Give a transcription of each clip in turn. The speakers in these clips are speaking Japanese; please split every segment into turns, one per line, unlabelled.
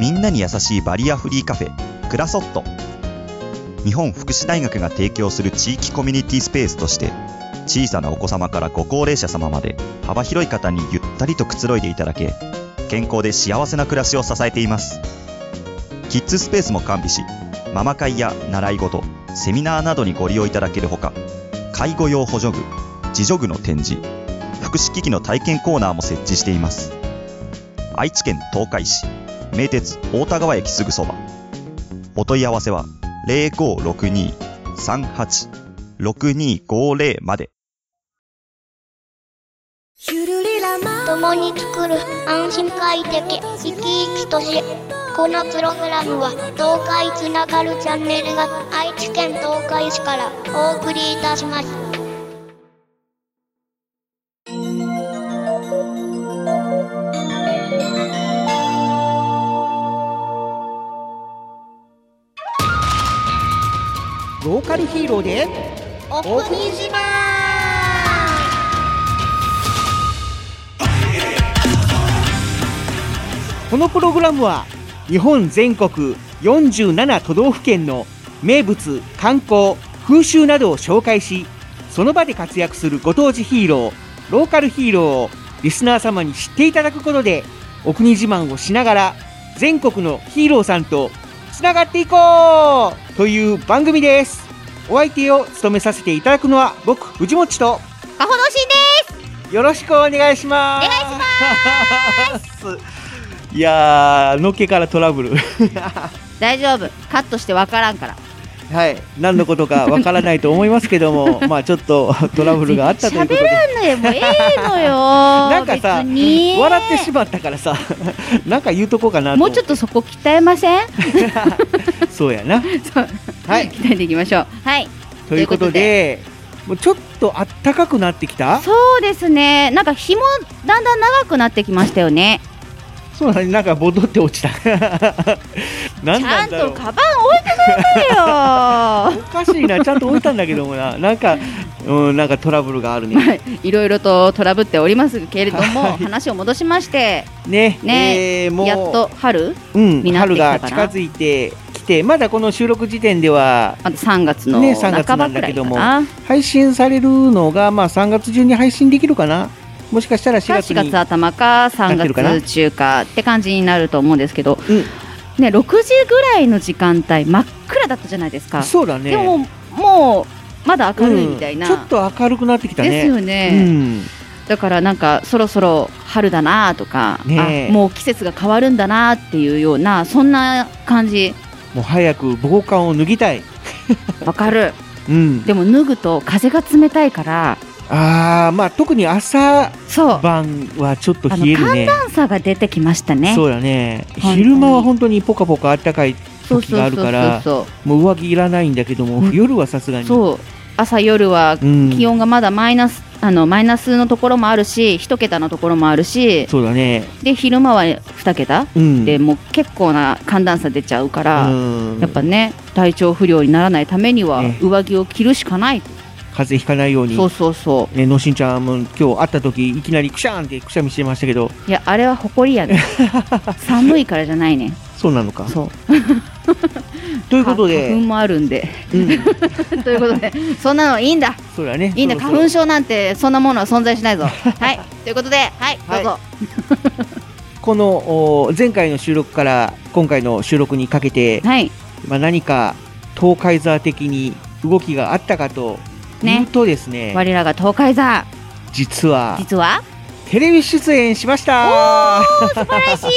みんなに優しいバリアフリーカフェクラソット日本福祉大学が提供する地域コミュニティスペースとして小さなお子様からご高齢者様まで幅広い方にゆったりとくつろいでいただけ健康で幸せな暮らしを支えていますキッズスペースも完備しママ会や習い事セミナーなどにご利用いただけるほか介護用補助具自助具の展示福祉機器の体験コーナーも設置しています愛知県東海市名鉄大田川駅すぐそばお問い合わせは0562-38-6250まで
ゆるりらま
共に作る安心快適生き生きとしこのプログラムは東海つながるチャンネルが愛知県東海市からお送りいたします
ローカルヒーローで
お
国自慢このプログラムは日本全国47都道府県の名物観光風習などを紹介しその場で活躍するご当地ヒーローローカルヒーローをリスナー様に知っていただくことでお国自慢をしながら全国のヒーローさんとつながっていこうという番組ですお相手を務めさせていただくのは僕藤持と
かほのしんです
よろしくお願いします。お願いします。いやー、のっけからトラブル。
大丈夫カットしてわからんから
はい、何のことかわからないと思いますけ ども、まあちょっとトラブルがあったということで。
喋らんでもええのよ
なんかさ、
別に
笑ってしまったか らさ、なんか言うとこうかなと
も
思
うちょっとそこ鍛えません
そうやな。
そう
はい、
鍛えていきましょうはい
ということで、もうちょっとあったかくなってきた
そうですねなんか日もだんだん長くなってきましたよね
そうだね、なんか戻って落ちた。 なん
ちゃ
なんんだ
と
ろう。
カバン置いて くだ
おかしいな、ちゃんと置いたんだけどもな、なんか、うん、なんかトラブルがあるね。
さいよいろいろとトラブっておりますけれども、
はい
話を戻しまして
ね、
ね
えーもう
やっと春
うん、
になって
春
きた
が
かな
近づいてきて、まだこの収録時点では、
あと3月の
ね3月
半ば
なん
く
だ
ら
け
いか
ども
な、
配信されるのが、まあ、3月中に配信できるかな、もしかしたら4
か
月
4
に
月。頭か3
なってるかな
月中かって感じになると思うんですけど、
うん
ね、6時ぐらいの時間帯真っ暗だったじゃないですか、
そうだね。
でももうまだ明るいみたいな、
うんちょっと明るくなってきたね。
ですよ
う
ね、
ん、
だからなんかそろそろ春だなとか、
ねえ
あもう季節が変わるんだなっていうようなそんな感じ
もう早く防寒を脱ぎたい。
わかる
うん、
でも脱ぐと風が冷たいから
ああ、まあ、特に朝
そう
晩はちょっと
あの
冷えるね。
寒さが出てきましたね
そうだね。
当に
昼間は本当にポカポカ暖かい、
そう
時があるから
そう
もう上着いらないんだけども、
うん
夜はさすが
そう
に。
そうそう朝夜は
うん、
気温がまだマイナスあのマイナスのところもあるし1桁のところもあるし
そうだね。
で昼間は2桁
うん。
でもう結構な寒暖差出ちゃうから、
うん
やっぱね体調不良にならないためには
ね
上着を着るしかない、
風邪ひかないように
そうそうそ
ね、のしんちゃんも今日会った時いきなりくしゃーんってくしゃみしてましたけど
ういやあれは埃やね 寒いからじゃないね
そうなのか
そう
ということ
か花
で、
粉もあるんで
うん、
ということでそんなのいい んだ
そうだね
いいんだ
そろ
花
そろ
粉症なんてそんなものは存在しない ぞはいということではいどうぞ、
このお前回の収録から今回の収録にかけて、
はい
まあ、何か東海座的に動きがあったかと
ね
いうとですね
我らが東海座
実は
実は
テレビ出演しました
嬉し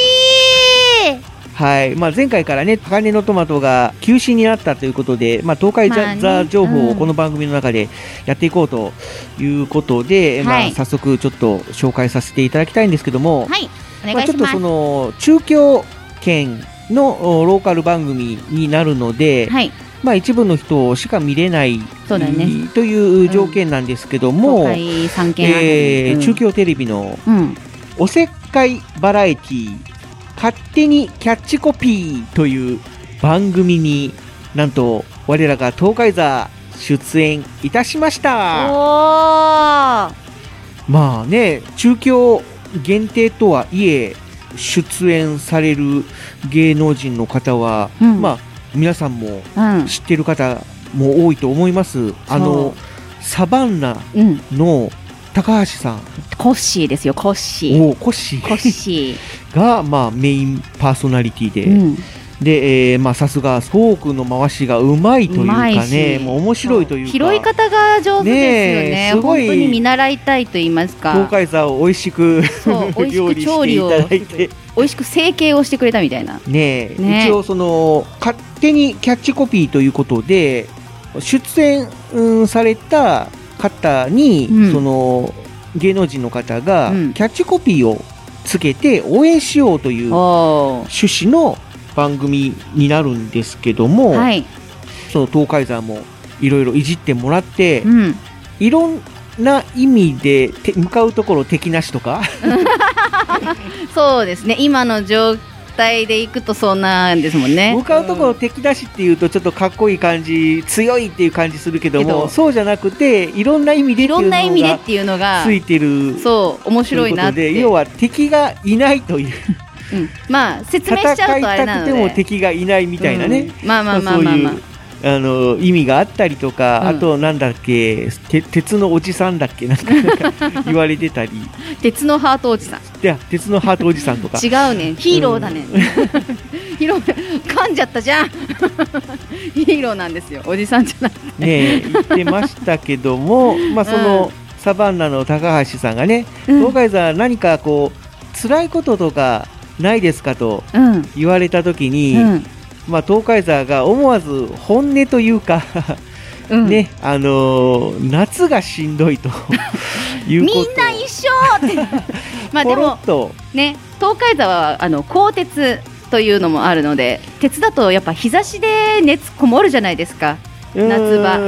い
はいまあ、前回からね、鋼のトマトが休止になったということで、まあ、東海ザ,、
まあね
情報
う
を
ん
この番組の中でやっていこうということで、ま
は
あ、
い
早速ちょっと紹介させていただきたいんですけども、
はい、お
ま
願
あ、
い
ちょ
し
っと
ます。
その中京圏のおローカル番組になるので、
はい、
まあ、一部の人しか見れない
そうだよね
という条件なんですけど
東
も、
海三県あたり
えー
うん
中京テレビの
うん、
おせっかいバラエティー勝手にキャッチコピーという番組になんと我らが東海座出演いたしまし
お
た
ー
まあね中京限定とはいえ出演される芸能人の方は、
うん
まあ皆さんも
うん
知ってる方も多いと思います。あのサバンナ
うん、
の高橋さん、
コッシーですよコッシー
おコッシ
コッ
ー
シ
がまあメインパーソナリティで、
ー、うん、
で、えーまあさすがソークの回しがうまいというか
うまい
ね、
し
もう面白いというか、
拾い方が上手ですよ
ねえ
ね
すごい
本当に見習いたいと言います
東
か
海座を美味しく
そう美味し
料
く
理し
調
てい
理を
ただいて。
美味しく成形をしてくれたみたいな
ねえ
ねえ
一応その勝手にキャッチコピーということで出演、うんされた方に、
うん
その芸能人の方が
うん
キャッチコピーをつけて応援しようという趣
おー
旨の番組になるんですけども、
はい、
その東海山もいろいろいじってもらって、
うん、
いろんな意味でて向かうところ敵なしとか
そうですね今の状態でいくとそうなんですもんね
向かうところ敵なしっていうとちょっとかっこいい感じ強いっていう感じするけども
けど
そうじゃなくていろんな意味で
い
っていう
ろ
の
んな意味でっ
が
ていうのが
ついてる
そう面白いなっ
とい
て
うことで要は敵がいない という
うん、まあ説明
戦
し
い
ちゃうとあれな
た
の
くて
で
も敵がいないみたいなね、
うんまあまあまあ
そう
まあまあ
いうあの意味があったりとか、
うん
あとなんだっけて鉄のおじさんだっけなんか言われて たり
鉄のハートおじさん
いや鉄のハートおじさんとか
違うねヒーローだね、 ヒーロー噛んじゃったじゃん ヒーローなんですよおじさんじゃない
ね言ってましたけどもまあその、
うん
サバンナの高橋さんがね
うん、う
東海さん何かこう辛いこととかないですかと
ん
言われた時に、
うん
まあ、東海座が思わず本音というか、
うん
ねあのー夏がしん どいという
み
ことを
んな一緒って まあで
ポロ
も
ッと
ね東海沢はあの鋼鉄というのもあるので鉄だとやっぱ日差しで熱こもるじゃないですか夏場
場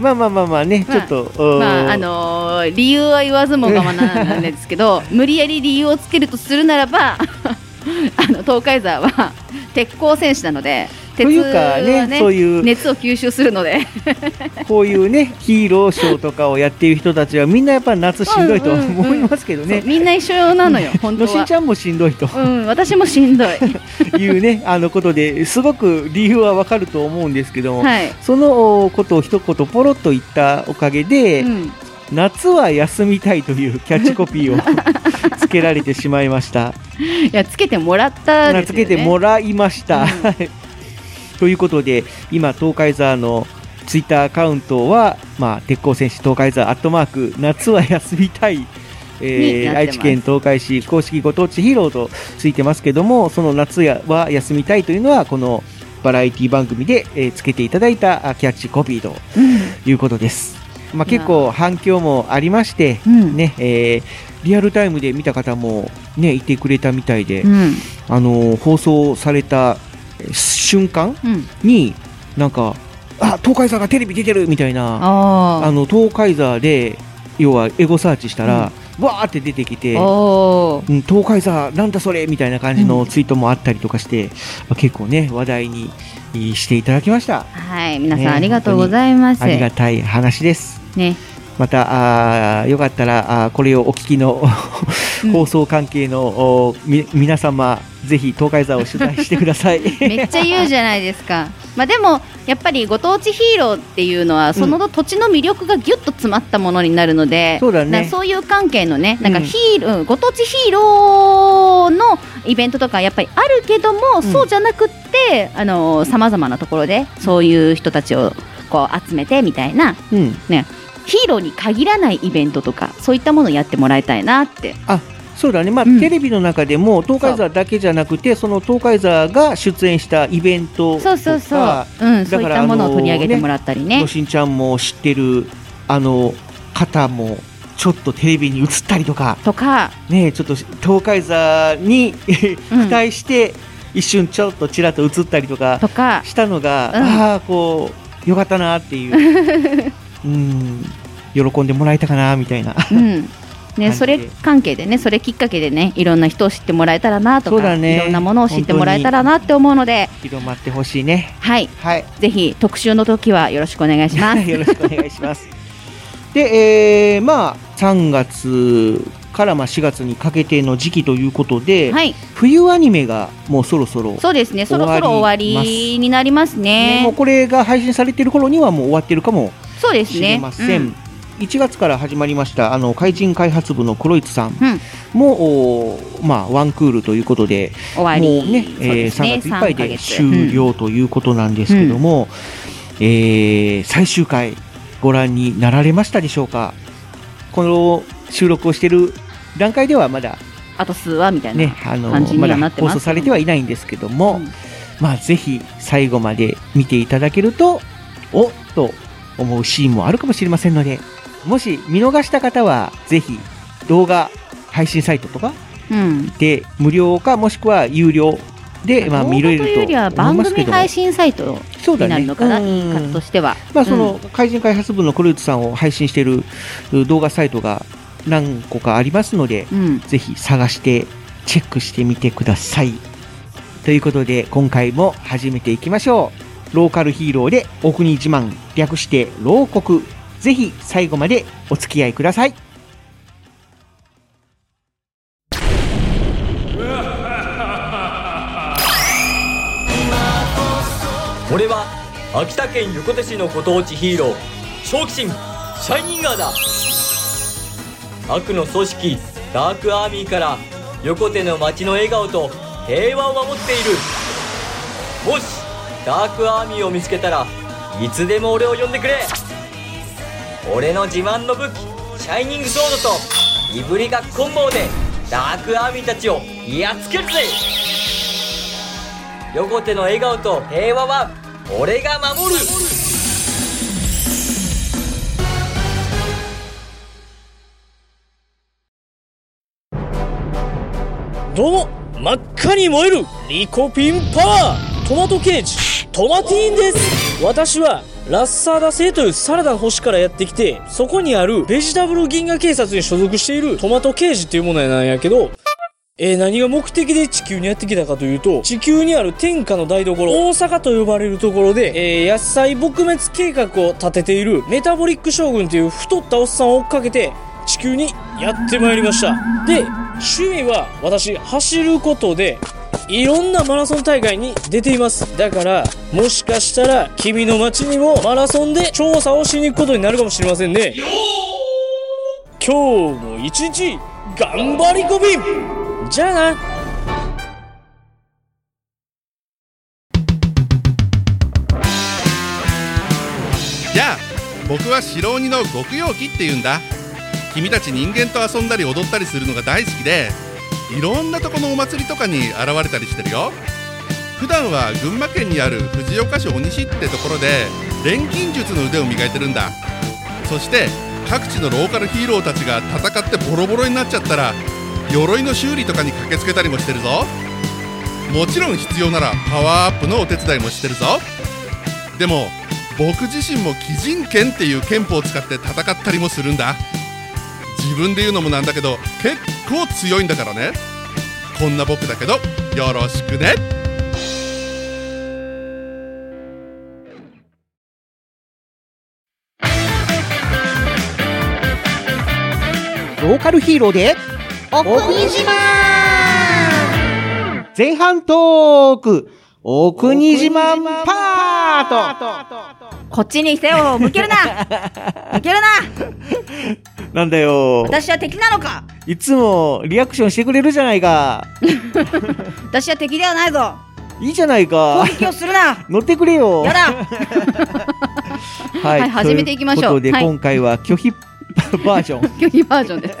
まあまあまあまあね、
まあ
ちょっ と、
まああのー理由は言わずもがまなんですけ ど無理やり理由をつけるとするならば あの東海沢は鉄鋼戦士なので
と
鉄
い
は
うかね
ね
そういう
熱を吸収するので
こういうねヒーローショーとかをやっている人たちはみんなやっぱ夏しんどいと
うんうんうん
思いますけどね、
そうみんな一緒なのよ本当
のしん
は
ち。ゃんもしんどいと
うん、私もしんどい。
いうねあのことですごく理由はわかると思うんですけども、
はい。
そのことを一言ポロッと言ったおかげで、
うん、
夏は休みたいというキャッチコピーを つけられてしまいました。
いや、つけてもらったで
名
すよ、
付
ね。
けてもらいました。
うん
ということで、今、東海ザーのツイッターアカウントは、まあ、鉄鋼戦士東海ザーアットマーク、夏は休みたい、
に
え
なって
ー、
ます
愛知県東海市公式ご当地ヒーローとついてますけども、その夏やは休みたいというのは、このバラエティ番組で、えーつけていただいたあキャッチコピーということです。まあ、結構反響もありまして、
うん。
ねえーリアルタイムで見た方も、ね、いてくれたみたいで、
嗯
うん。
あのー放送されたえー瞬間
うん。
になんかあ東海座がテレビ出てるみたいなあ
あ
の東海座で要はエゴサーチしたら、わーって出てきて
あ。。おー
うん東海座なんだそれみたいな感じのツイートもあったりとかして、まあ結構ね話題にえーしていただきました
はい。皆さん
ね
ありがとうございます。
ありがたい話です
ね。
またあーよかったらあーこれをお聞きの
うん
放送関係の、おみ皆様ぜひ東海座を取材してください
めっちゃ言うじゃないですか。まあでもやっぱりご当地ヒーローっていうのはその土地の魅力がぎゅっと詰まったものになるので、
そうだね
なんかそういう関係のね、なんか
うん
ヒーロー、ご当地ヒーローのイベントとかやっぱりあるけども、
ん
そうじゃなくってあのさまざまなところでそういう人たちをこう集めてみたいな
うん
ヒーローに限らないイベントとかそういったものをやってもらいたいなって。
そうだね、まあ
うん
テ レビの中でも東海座だけじゃなくてその東海座が出演したイベントとか
そうそうそう、うん、そういったものを取り上げてもらったりね
の。しんちゃんも知ってるあの方もちょっとテレビに映ったりとか
とか、
ねちょっと東海座に
うん
期待して一瞬ちょっとちらっと映ったりとか
とか、
したのが、
うん
ああこうよかったなってい ううん喜んでもらえたかなみたいな
うん。ね、
じ
それ関係でね、それきっかけでね、いろんな人を知ってもらえたらなと
そうだ
か、
ね
いろんなものを知ってもらえたらなって思うので、
広まってほしいね
はい、
はい
ぜひ特集の時はよろしくお願いし ます。
よろしくお願いします。で、えーまあ、3月からまあ4月にかけての時期ということで、
はい、
冬アニメがもうそろそろ、
そうですね。そろそろ終わりになります
ねもう
ね。
これが配信されてる頃にはもう終わってるかも
そうです
しれ
ね。
ません。
うん
1月から始まりましたあの怪人開発部の黒市さん
うん
も、おーまあ、ワンクールということで
終わり。
もうね
そう
えー
ですね
3月いっぱい
3ヶ
で
月
終了ということなんですけども、えー最終回ご覧になられましたでしょうかこの収録をしている段階ではまだ
うんあと数話みたいな
ね。あの
感じに
ま
は
だ
なって
放
ます
送されてはいないんですけども、
うん
まあぜひ最後まで見ていただけるとおっと思うシーンもあるかもしれませんのでもし見逃した方はぜひ動画配信サイトとか
うん。
で無料かもしくは有料で、まあ、
動画
見れ
というよ
る
り
と
は
思い
番
ますけ
組
ども
配信サイト
そうだ
にな
ね
るのかな、
うん
言い方としては。
まあその怪人開発部の黒内さんを配信しているう動画サイトが何個かありますので
うん、うん
ぜひ探してチェックしてみてください。ということで今回も始めていきましょう。ローカルヒーローでお国自慢略して牢国。ぜひ最後までお付き合いください。
俺は秋田県横手市のご当地ヒーロー正気神シャイニンガーだ悪の組織ダークアーミーから横手の街の笑顔と平和を守っているもしダークアーミーを見つけたらいつでも俺を呼んでくれ俺の自慢の武器シャイニングソードといぶりがっこん棒でダークアーミーたちをやっつけるぜ横手の笑顔と平和は俺が守る
どうも真っ赤に燃えるリコピンパワートマトケージトマティーンです私はラッサーダ星というサラダの星からやってきてそこにあるベジタブル銀河警察に所属しているトマトケージっていうものなんやけどえー何が目的で地球にやってきたかというと、地球にある天下の台所、大阪と呼ばれるところで、えー野菜撲滅計画を立てているメタボリック将軍という太ったおっさんを追っかけて、地球にやってまいりました。で、趣味は私、走ることで、いろんなマラソン大会に出ています。だから、もしかしたら、君の街にもマラソンで調査をしに行くことになるかもしれませんね。今日も一日、頑張りこびんじゃあな
やあ僕は白鬼の極陽気って言うんだ君たち人間と遊んだり踊ったりするのが大好きでいろんなとこのお祭りとかに現れたりしてるよ普段は群馬県にある藤岡市鬼市ってところで錬金術の腕を磨いてるんだそして各地のローカルヒーローたちが戦ってボロボロになっちゃったら鎧の修理とかに駆けつけたりもしてるぞもちろん必要ならパワーアップのお手伝いもしてるぞでも僕自身も鬼人剣っていう剣法を使って戦ったりもするんだ自分で言うのもなんだけど結構強いんだからねこんな僕だけどよろしくね
ローカルヒーローで
お国自慢
前半トーク、お国自慢パー
こっちに背を向ける な向けるな
トなんだよ。
私は敵なのか
いつもリアクションしてくれるじゃないか。
私は敵ではないぞ
いいじゃない
攻
か。
撃をするな
乗ってくれよ。
やだ
はい、
はい始めていきましょう
ということで、
はい
今回は拒否バージ ョン。
拒否バージョンです。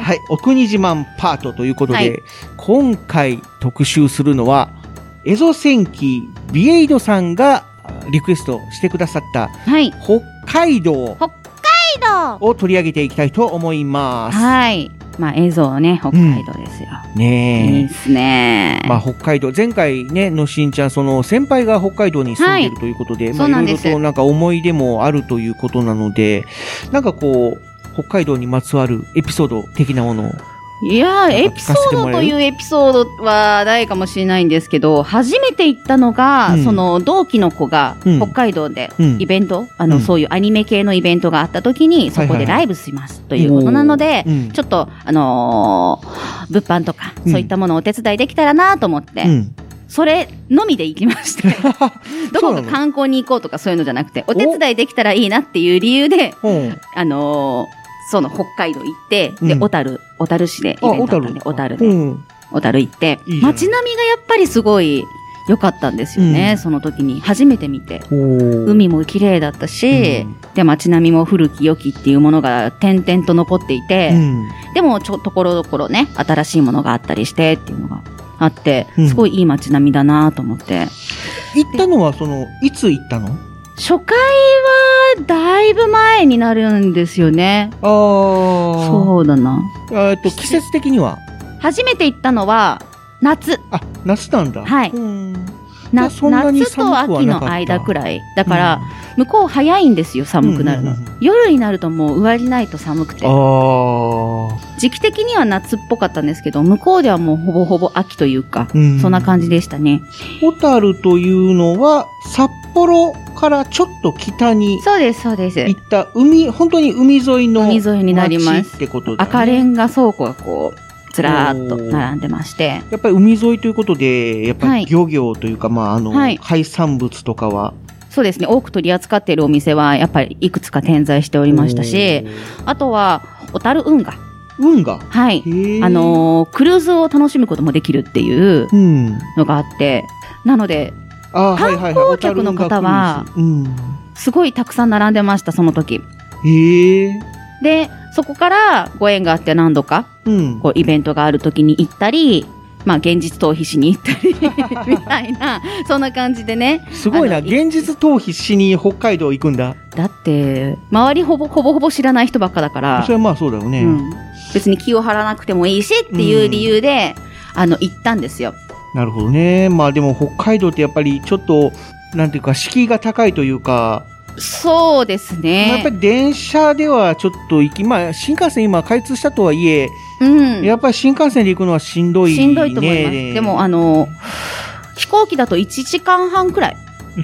はい、お国自慢パートということで、
はい
今回特集するのは、エゾ戦記ビエイドさんがあリクエストしてくださった
はい。
北海道
北海道
を取り上げていきたいと思います。
はい。まあ映像はね、北海道ですよ。いいっ
ね
すね
え。。まあ、北海道、前回ね、のしんちゃん、その先輩が北海道に住んでるということで、ま
そうな
あ、
ん
いろ
で
いろ
す
となんか思い出もあるということなので、なんかこう、北海道にまつわるエピソード的なものを
いやー
なん
エ
か
ピ
聞
ソ
かせて
ー
も
ド
らえ
と
る
いうエピソードはないかもしれないんですけど初めて行ったのが、
うん
その同期の子が
うん
北海道で
うん
イベント、あの
うん
そういうアニメ系のイベントがあった時にそこでライブしますということなので、
うん
ちょっと、あのー物販とか、
うん
そういったものをお手伝いできたらなと思って、
うん
それのみで行きま してど
そ
こ
うな
か
の
観光に行こうとかそういうのじゃなくてお手伝いできたらいいなっていう理由で、
うん
あのーその北海道行って、で、
うん
小樽、小樽市でイ
あ
ベン
小
トあったん
樽
で、小樽
う
で、
ん
小樽行って
いいじゃ、ない
街並みがやっぱりすごい良かったんですよね、
うん
その時に。初めて見て。
おー
海も綺麗だったし、で、街並みも古き良きっていうものが点々と残っていて、
うん
でもちょ、ところどころね、新しいものがあったりしてっていうのがあって
う、ん
すごいいい街並みだなと思って。
行ったのはそのいつ行ったの
初回は、だいぶ前になるんですよね。
ああ
そうだな。
うえっと季節的には
初めて行ったのは、夏。
あ夏なんだ
はい
うん
な
そんなに
夏と
寒くは
秋
なかった
の間くらい。だから、向こう早いんですよ、寒くなるの。
うんうんうんうん
夜になるともう上着ないと寒くて
あ。あ
時期的には夏っぽかったんですけど、向こうではもうほぼほぼ秋というか、
うん
そんな感じでしたね。
小樽というのは札幌からちょっと北に
そうです、そうです。
行った海本当に海沿いの
海沿いになります
町ってことだ、ね、
赤レンガ倉庫がこう、ずらーっと並んでまして、
やっぱり海沿いということでやっぱ
は
り
い
漁業というか、まああの
はい
海産物とかは
そうですね、多く取り扱っているお店は、やっぱりいくつか点在しておりましたし、あとは、小樽運河。
運河
はい。
へえ
あのークルーズを楽しむこともできるっていう
うん
のがあって、なので、
あーはいはいはい
観光客の方は
小樽運河クルーズ
すごいたくさん並んでました、その時。
うんへえ
で、そこからご縁があって何度か、
うん
こう、イベントがある時に行ったり、まあ、現実逃避しに行ったり、みたいな、そんな感じでね、
すごいな
あのい
現実逃避しに北海道行くんだ
だって周りほぼほぼほぼ知らない人ばっかだから
そ、れはまあそうだよね、
うん別に気を張らなくてもいいしっていう理由で、あの行ったんですよ
なるほどねまあでも北海道ってやっぱりちょっとなんていうか敷居が高いというか
そうですね、
まあやっぱり電車ではちょっと行き、まあ、新幹線今開通したとはいえ、
うん
やっぱり新幹線で行くのはしんどい、ね、
しんどいと思います、でもあの飛行機だと1時間半くらい、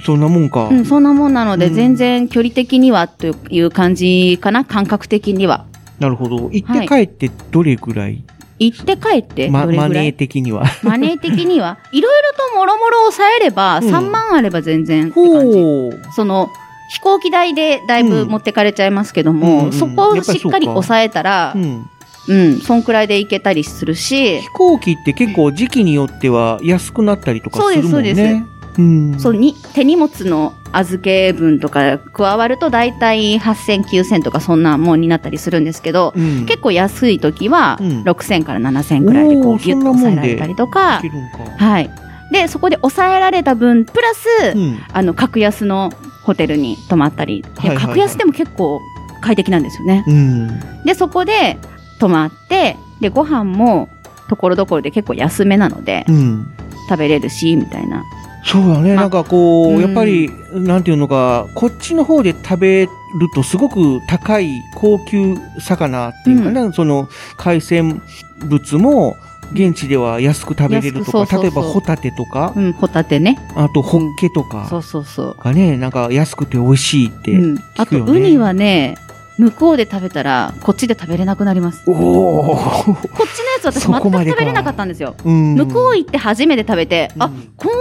そんなもんか、
うん、そんなもんなので、
うん
全然距離的にはという感じかな感覚的には
なるほど行って帰
は
ってどれぐらい、
行って帰って
ま
どれ
マ
ぐら
ネー
い、
的には
マネー的に はいろいろともろもろ抑えれば、
うん
3万あれば全然って感じ
う
その飛行機代でだいぶ持ってかれちゃいますけど
うんうん
も、
うん
そこをしっかり抑えたら、
うん、
うん、そんくらいでいけたりするし
飛、行機って結構時期によっては安くなったりとかするもんね
そうですそうで
うん、
そうに手荷物の預け分とか加わると大体8000、9000とかそんなもんになったりするんですけど、
うん
結構安い時は
うん
6000から7000くらいでこ
お
う
ー
ギュッと
そんなもんで
抑えられたりとか
いけ、るんか
はい。で、そこで抑えられた分、プラス、
うん
あの、格安のホテルに泊まったり、
はいはいはい
格安でも結構快適なんですよね。
うん
で、そこで泊まって、で、ご飯もところどころで結構安めなので、
うん
食べれるし、みたいな。
そうだね、
ま
なんかこう、
うん
やっぱり、なんていうのか、こっちの方で食べるとすごく高い高級魚っていうかね、その海鮮物も現地では安く食べれる
安く
とか、
そうそうそう
例えばホタテとか
う、ん、ホタテね。
あとホッケと
そ
か
うそうそう。
がね、なんか安くて美味しいって。
うん。あ
聞く
と、
よね
ウニはね、向こうで食べたら、こっちで食べれなくなります。こっ
おお、
ちのやつ私
そ
全く
こまでか
食べれなかったんですよ。
うん
向こう行って初めて食べて、あ、こん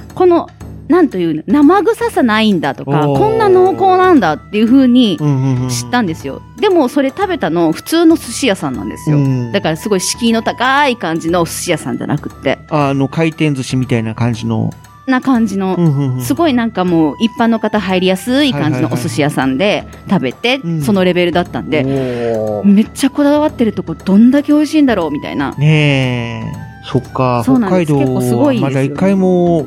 なに、この、なんというの、生臭さないんだとか、
おー
こんな濃厚なんだっていう風に
うんうんうん
知ったんですよ。でも、それ食べたの、普通の寿司屋さんなんですよ。
うん
だからすごい敷居の高い感じのお寿司屋さんじゃなくって、
あの回転寿司みたいな感じの、
な感じの、
うんうんうん
すごいなんかもう一般の方入りやすい感じのお寿司屋さんで食べて
うん、
そのレベルだったんで、
おー
めっちゃこだわってるとこどんだけ美味しいんだろうみたいな。
ねえ、そっか、
そうなん
北
で
海
す
道
結構すご
はい
ですよ
まだ一回も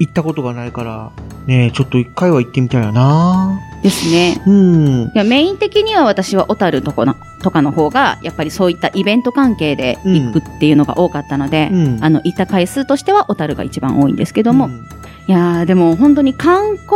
行ったことがないから、ねえ、ちょっと一回は行ってみたいよな。
ですね。
うん。
いやメイン的には私は小樽とかのとかの方が、やっぱりそういったイベント関係で行くっていうのが多かったので、
うん。
あの、行った回数としては小樽が一番多いんですけども、
うん
いやーでも本当に観光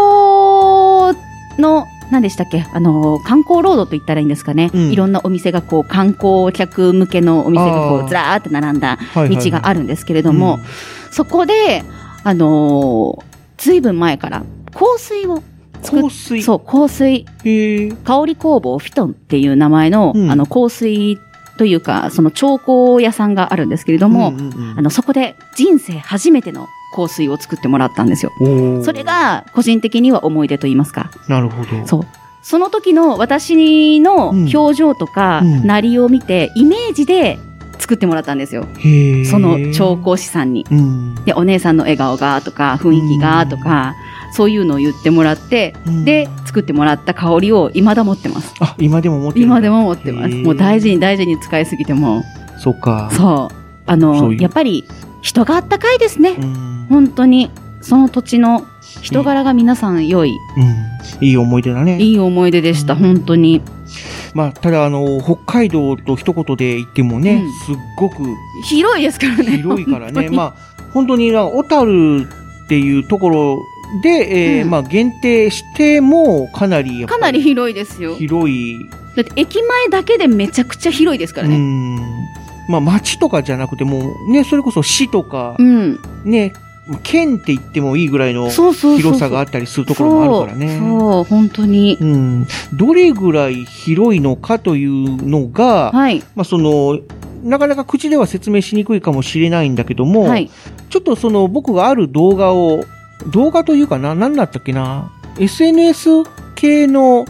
の何でしたっけあの観光ロードと言ったらいいんですかね、
うん
いろんなお店がこう観光客向けのお店がこ
あー
うずらーって並んだ
はい
道があるんですけれども、
うん
そこであのずいぶん前から香水を作っ
香水
そう香水
へえ
香り工房フィトンっていう名前の,、
うん
あの香水というかその調香屋さんがあるんですけれども、
んうん
あのそこで人生初めての香水を作ってもらったんですよ。
おー
それが個人的には思い出と言いますか。
なるほど
そう。その時の私の
うん
表情とか、
うん
なりを見て、イメージで作ってもらったんですよ。
へえ
その調香師さんに。
うん
で、お姉さんの笑顔がとか、雰囲気がとか、そういうのを言ってもらって、
うん
で、作ってもらった香りを未だ持ってます。
あ今でも持ってる
今でも持ってます。
へー
もう大事に大事に使いすぎても。
そうか
そう。あの、
そういう
やっぱり人があったかいですね。
うん
本当に。その土地の人柄が皆さん良い、
うんいい思い出だね
いい思い出でした。本当に。
まあただあの北海道と一言で言ってもね、
うん
すっごく
広いですからね。
広いから
本
ね
当に
まあ本当にな小樽っていうところで、えー
うん
まあ限定してもかなりやっ
か
ぱ
なり
り
広いですよ。
広い
だって駅前だけでめちゃくちゃ広いですから
う
ね。
んまあ町とかじゃなくてもうねそれこそ市とか
うん。
ね、県って言ってもいいぐらいの
そうそうそうそう。
広さがあったりするところもあるからね。
そう、そう本当に。
うん、どれぐらい広いのかというのが、
はい。
まあ、そのなかなか口では説明しにくいかもしれないんだけども、
はい。
ちょっとその僕がある動画を動画というかな何だったっけな SNS 系の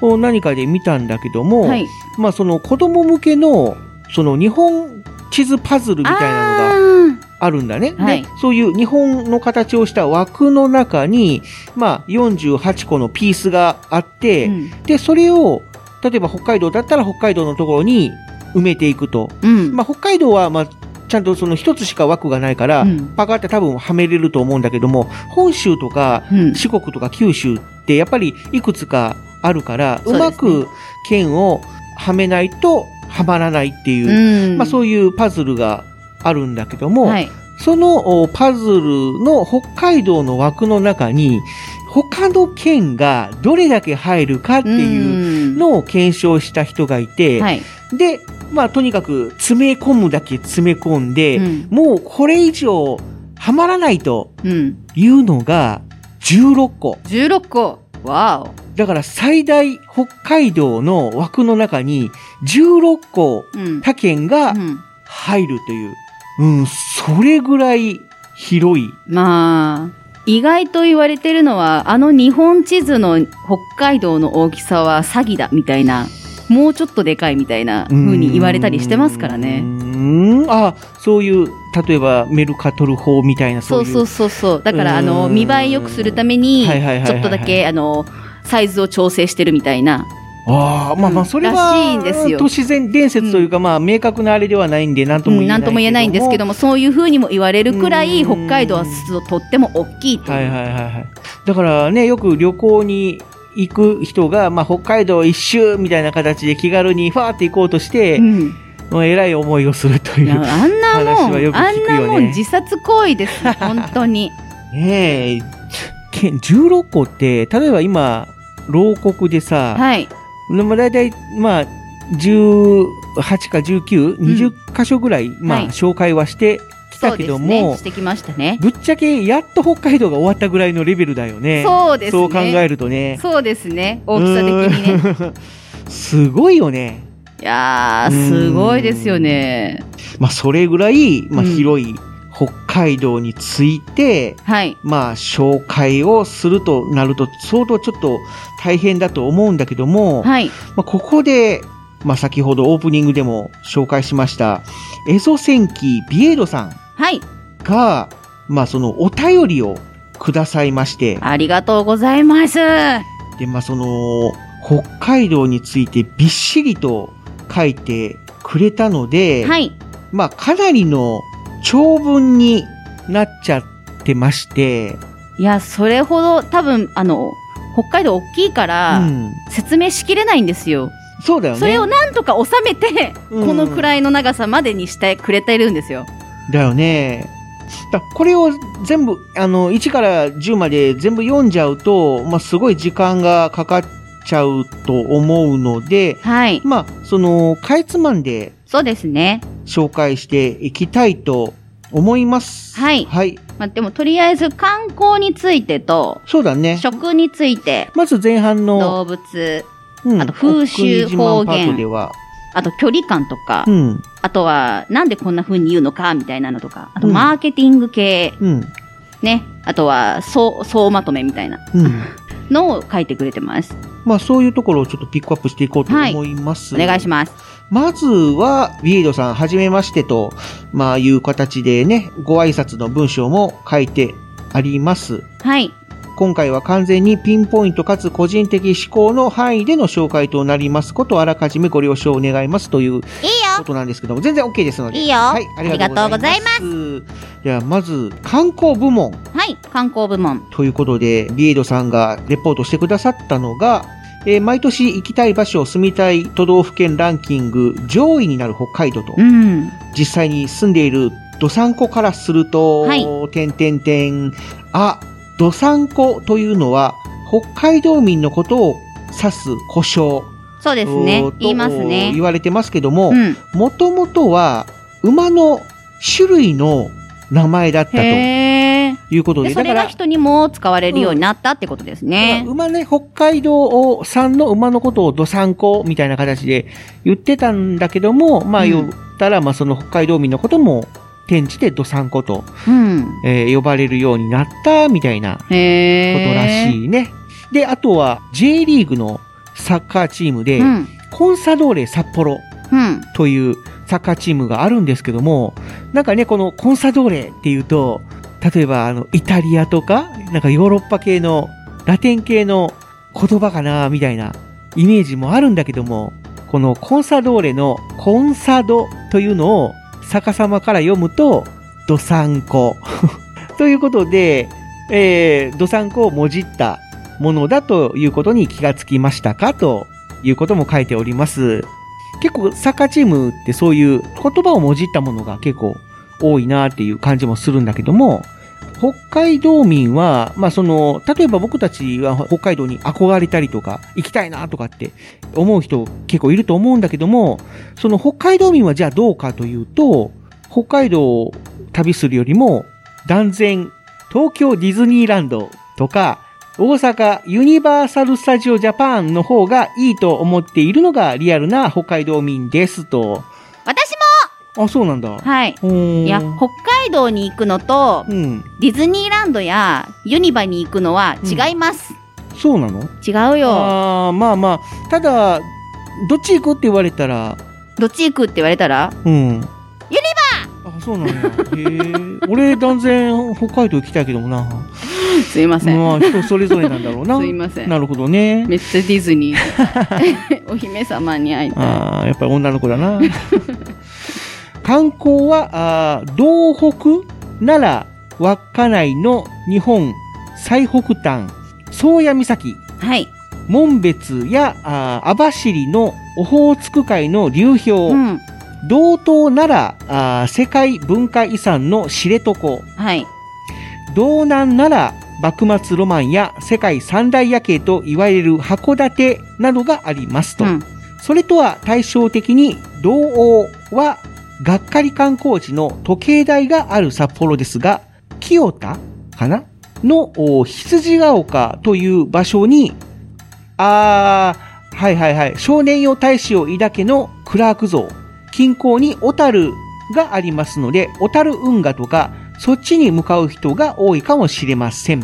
お何かで見たんだけども、
はい。
まあ、その子供向けのその日本地図パズルみたいなのが
の
あるんだね。で
はい
そういう日本の形をした枠の中に、まあ、48個のピースがあって、
うん。
で、それを、例えば北海道だったら北海道のところに埋めていくと。
うん。
まあ、北海道は、まあ、ちゃんとその一つしか枠がないから、
うん
パカって多分はめれると思うんだけども、本州とか
うん。
四国とか九州ってやっぱりいくつかあるから、う
そうですね
まく剣をはめないとはまらないっていう、
うん。
まあ、そういうパズルがあるんだけども、
はい。
そのおパズルの北海道の枠の中に、他の県がどれだけ入るかってい
う
う
ん。
のを検証した人がいて、
はい。
で、まあとにかく詰め込むだけ詰め込んで、
うん
もうこれ以上はまらないと
うん。
いうのが16個。
16個。わ
だから最大北海道の枠の中に16個
お。うん。
他県が
うん
入るという。うん、それぐらい広い。
まあ。意外と言われてるのは、あの日本地図の北海道の大きさは詐欺だみたいな、もうちょっとでかいみたいな風に言われたりしてますからね
う。ーんあそういう例えばメルカトル法みたいなそ
そうう
いう
そうそうそう。だか
う
ら、
ん
あの、見栄え良くするために、
はいはいはいはい
ち
はい
ょっとだけ、あの、サイズを調整してるみたいな。
ああまあま
うん
あそれは、
らしいんですよ
都市伝説というか、まあ明確なあれではないんで何と
う
も言え
ん
な
ないんとも言えないんですけども、そういう風にも言われるくらい、
うん
北海道はとっても大きいと。
はいいうはいはいはいだからねよく旅行に行く人が、まあ、北海道一周みたいな形で気軽にファーって行こうとして、
うん
まあえらい思いをすると
い
い
や
う
あんな
話
も
はよ
ん、
く
あ
聞
ん
くよね
なもん自殺行為ですよ、本当 に。
ねえけ16個って例えば今牢獄でさ、
はい。
でも大体、まあ、18か19、20箇所ぐらい、まあ、
はい
紹介はしてき
そ
た
う
け
で
ど
す
も、
ね。してきましたね。
ぶっちゃけやっと北海道が終わったぐらいのレベルだよね。
そうですね。
考えるとね。
そうですね。大きさ的にね。
ね。すごいよね。
いやー、すごいですよね。
まあ、それぐらい、ま
う
あ、
ん
広い北海道について、
はい。
まあ、紹介をするとなると、相当ちょっと大変だと思うんだけども、
はい。
まあ、ここで、まあ、先ほどオープニングでも紹介しました、エゾ戦記ビエードさん
はい。
が、まあ、そのお便りをくださいまして、
ありがとうございます。
で、まあ、その、北海道についてびっしりと書いてくれたので、
はい。
まあ、かなりの長文になっちゃってまして、
いや、それほど多分、あの、北海道大きいか
う
ら、
ん、
説明しきれないんですよ。
そうだよね。
それをなんとか収めて、
うん
このくらいの長さまでにしてくれてるんですよ。
だよね。だこれを全部、あの、1から10まで全部読んじゃうと、まあ、すごい時間がかかっちゃうと思うので、
はい。
まあ、その、かいつまんで
そうですね。
紹介していきたいと思います。
はい
はい。
まあ、でも、とりあえず観光についてと、
そうだね。
食について、
まず前半の、
動物、
うん
あと風習
奥国島
方言
パートでは、
あと距離感とか、
うん、
あとは、なんでこんな風に言うのか、みたいなのとか、あと、
うん
マーケティング系、
うん、
ね。あとは、総、総まとめみたいな
うん。
のを書いてくれてます。
まあそういうところをちょっとピックアップしていこうと
はい
思います。
お願いします。
まずは、ビエドさん、はじめましてと、まあいう形でね、ご挨拶の文章も書いてあります。
はい。
今回は完全にピンポイントかつ個人的思考の範囲での紹介となりますことをあらかじめご了承願いますというこ
いいよ
となんですけども、全然 OK ですので。
いいよ
はい、ありがとうございます。では、まず、観光部門
はい。観光部門。
ということで、ビエドさんがレポートしてくださったのが、えー毎年行きたい場所、住みたい都道府県ランキング上位になる北海道と
う、ん。
実際に住んでいるドサンコからすると、
はい
点点点、あ、ドサンコというのは、北海道民のことを指す故障
そうですね
と。
言います
言
ね。
われてますけども
う、ん。
もともとは馬の種類の名前だったと
へえ。
いうことで、
で、それが人にも使われるようになったってことです
まあ
ね。
馬ね、北海道産の馬のことをどさんこみたいな形で言ってたんだけども、まあ
うん
言ったら、まあその北海道民のことも転じてどさんこと、
うん。
えー呼ばれるようになったみたいな
へ
こと
え。
らしいね。で、あとは J リーグのサッカーチームで、
うん。
コンサドーレ札幌
うん。
というサッカーチームがあるんですけども、なんかね、このコンサドーレっていうと、例えばあの、イタリアとか、なんかヨーロッパ系の、ラテン系の言葉かな、みたいなイメージもあるんだけども、このコンサドーレのコンサドというのを逆さまから読むと、ドサンコ。ということで、えー、ドサンコをもじったものだということに気がつきましたかということも書いております。結構サッカーチームってそういう言葉をもじったものが結構多いなっていう感じもするんだけども、北海道民は、まあその、例えば僕たちは北海道に憧れたりとか、行きたいなとかって思う人結構いると思うんだけども、その北海道民はじゃあどうかというと、北海道を旅するよりも、断然、東京ディズニーランドとか、大阪ユニバーサル・スタジオ・ジャパンの方がいいと思っているのがリアルな北海道民ですと。
私
あ、そうなんだ
も。はい。
うーん
いや、北海道に行くのと、
うん。
ディズニーランドやユニバに行くのは違います。
そうなの
違うよ。
あーまあまあ、ただ、どっち行くって言われたら、
どっち行くって言われたら
うん。ユニバーあ、そうなんだ。へえ。俺、断然北海道行きたいけどもな。
すいません。
まあ、人それぞれなんだろうな。
すいません。
なるほどね。
めっちゃディズニー。 お姫様に会いたい。
ああ、やっぱり女の子だ な。観光は、あー道北、奈良、稚内の日本最北端、宗谷岬、
はい。
門別やあー網走のオホーツク海の流氷、
うん。
道東奈良あー世界文化遺産の知床、
はい。
道南なら幕末ロマンや世界三大夜景といわれる函館などがありますと、
うん
それとは対照的に道央はがっかり観光地の時計台がある札幌ですが清田かなのお羊ヶ丘という場所にあーはいはいはい少年用大使を抱けのクラーク像近郊に小樽がありますので、小樽運河とか、そっちに向かう人が多いかもしれません。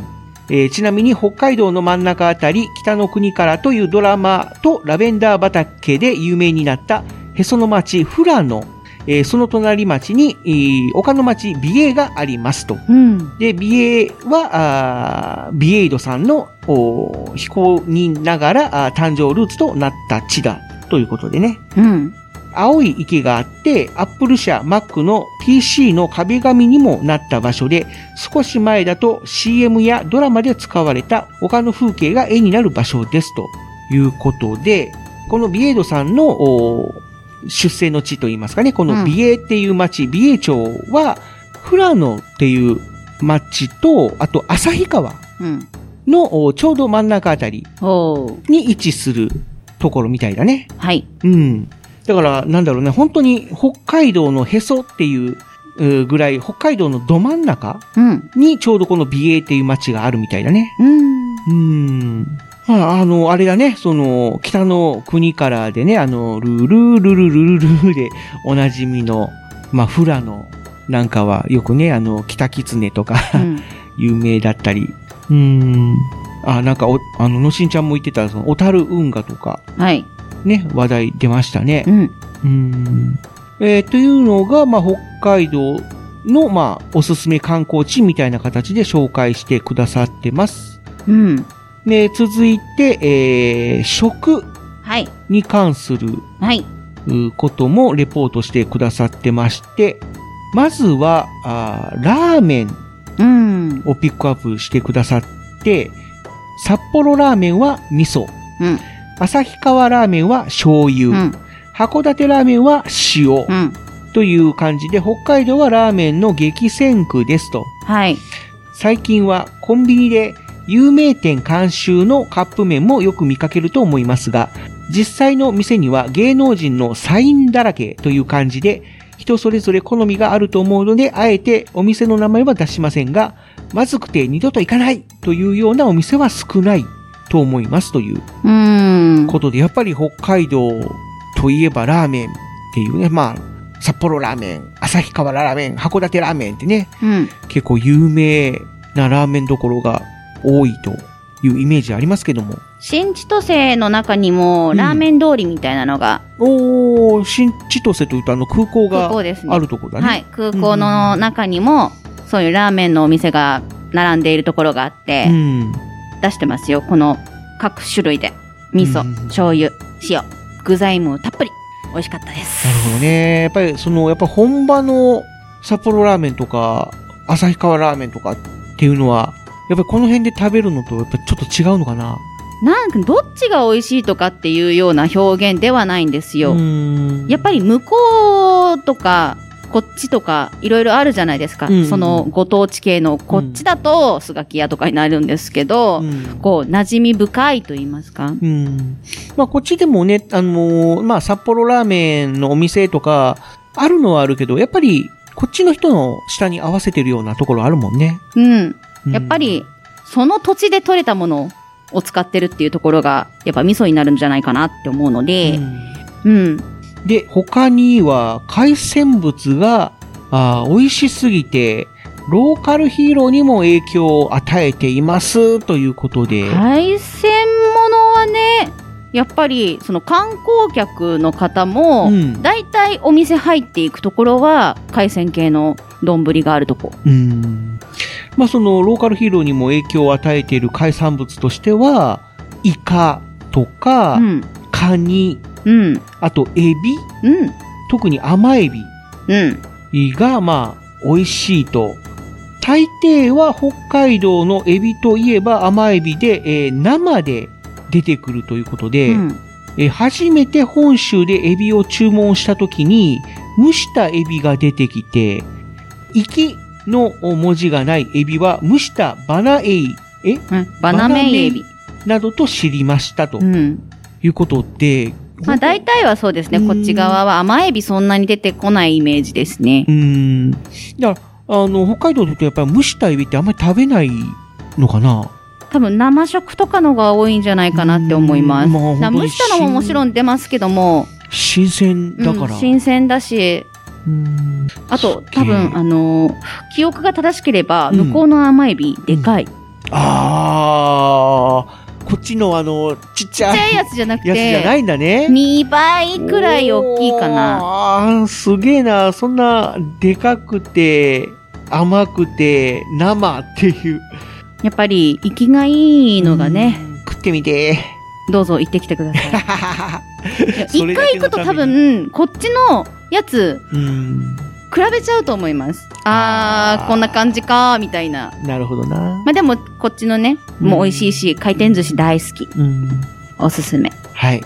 えーちなみに北海道の真ん中あたり、北の国からというドラマとラベンダー畑で有名になったへその町富良野、えーその隣町に、えー丘の町美瑛がありますと。
うん。
で、美瑛は、あー美瑛度さんのお飛行人ながらあー誕生ルーツとなった地だということでね。
うん。
青い池があって、アップル社 Mac の PC の壁紙にもなった場所で、少し前だと CM やドラマで使われた丘の風景が絵になる場所ですということで、このビエードさんのおー出生の地といいますかね、こ
うん
の美瑛っていう町、美瑛町は、富良野っていう町と、あと旭川
うん。
のおちょうど真ん中あたり
おー
に位置するところみたいだね。
はい。
うん。だから、なんだろうね、本当に北海道のへそっていううーぐらい、北海道のど真ん中
うん。
にちょうどこの美瑛っていう町があるみたいだね。
うん。
うん。まあ、あの、あれだね、その、北の国からでね、あの、ルルルルルルルでおなじみの、まあ、フラのなんかはよくね、あの、北狐とか、
うん。
有名だったり。うん。あ、なんかお、あの、のしんちゃんも言ってた、その、小樽運河とか、
はい。
ね、話題出ましたね
う。ん。
うん。えーというのが、まあ、北海道の、まあ、おすすめ観光地みたいな形で紹介してくださってます。
うん。
で、続いて、えー食
はい。
に関する
はい。
うこともレポートしてくださってまして、まずは、あーラーメン
うん。
をピックアップしてくださって、札幌ラーメンは味噌、
うん。
旭川ラーメンは醤油、
うん。
函館ラーメンは塩
うん。
という感じで、北海道はラーメンの激戦区ですと。
はい。
最近はコンビニで有名店監修のカップ麺もよく見かけると思いますが、実際の店には芸能人のサインだらけという感じで、人それぞれ好みがあると思うので、あえてお店の名前は出しませんが、まずくて二度と行かないというようなお店は少ないと思いますという
うん。
ことで、やっぱり北海道といえばラーメンっていうね、まあ、札幌ラーメン、旭川ラーメン、函館ラーメンってね、
うん。
結構有名なラーメンどころが多いというイメージありますけども。
新千歳の中にも、
うん
ラーメン通りみたいなのが、
おー、新千歳というとあの空港
空
が
港ですね。
あるところだね。
はい。空港の中にも、そういうラーメンのお店が並んでいるところがあって、
うん。
出してますよ。この各種類で。味噌、
うん
醤油、塩、具材もたっぷり。美味しかったです。
なるほどね。やっぱりその、やっぱ本場の札幌ラーメンとか、旭川ラーメンとかっていうのは、やっぱりこの辺で食べるのとやっぱちょっと違うのかな。
なんか、どっちが美味しいとかっていうような表現ではないんですよ。
ん
やっぱり向こうとか、こっちとか、いろいろあるじゃないですか。
うん
そのご当地系の、こっちだと、スガキ屋とかになるんですけど、
うん
こう、馴染み深いと言いますか。
うん。まあ、こっちでもね、あのーまあ、札幌ラーメンのお店とか、あるのはあるけど、やっぱり、こっちの人の下に合わせてるようなところあるもんね。
うん。
うん
やっぱ、り、その土地で採れたものを使ってるっていうところが、やっぱ味噌になるんじゃないかなって思うの
う
で、
ん
うん。
で、他には、海鮮物が、あー美味しすぎて、ローカルヒーローにも影響を与えています、ということで。
海鮮物はね、やっぱり、その観光客の方も、
うん。
大体お店入っていくところは海鮮系の丼があるとこ
うん。まあ、その、ローカルヒーローにも影響を与えている海産物としては、イカとか、
うん
カニ、
うん
あと、エビ、
うん
特に甘エビ
うん
が、まあ、美味しいと。大抵は北海道のエビといえば甘エビで、えー生で出てくるということで、
うん
えー初めて本州でエビを注文した時に、蒸したエビが出てきて、生きの文字がないエビは蒸したバナエイ、え
うんバナメイエビ
などと知りましたと
うん
いうことで、
まあ大体はそうですね
うん
こっち側は甘エビそんなに出てこないイメージですね
うーん。だから、あの、北海道だとやっぱり蒸したエビってあんまり食べないのかな
多分生食とかのが多いんじゃないかなって思います
うんまあ
だから蒸したのももちろん出ますけども、
新鮮
うん
だから。
新鮮だし
うーん
あと
すっげえ
多分あのー記憶が正しければ
うん
向こうの甘エビでかい、
ああ、こっちのあの、ちっちゃ
ちっちゃい
い
や
や
つじゃなく
つじゃな
て
いんだね。
2倍くらい大きいかな
ああ、すげえな。そんな、でかくて、甘くて、生っていう。
やっぱり、生きがいいのがね、
うん。食ってみて。
どうぞ行ってきてくださいいや。
それ
一
だけ
回
の
行く
ため
と多
に
分、こっちのやつ、
うん。
比べちゃうと思います。あー、
あー
こんな感じか、みたいな。
なるほどな。
まあでも、こっちのね、もう美味しいし、回転寿司大好き。
うん。
おすすめ。
はい。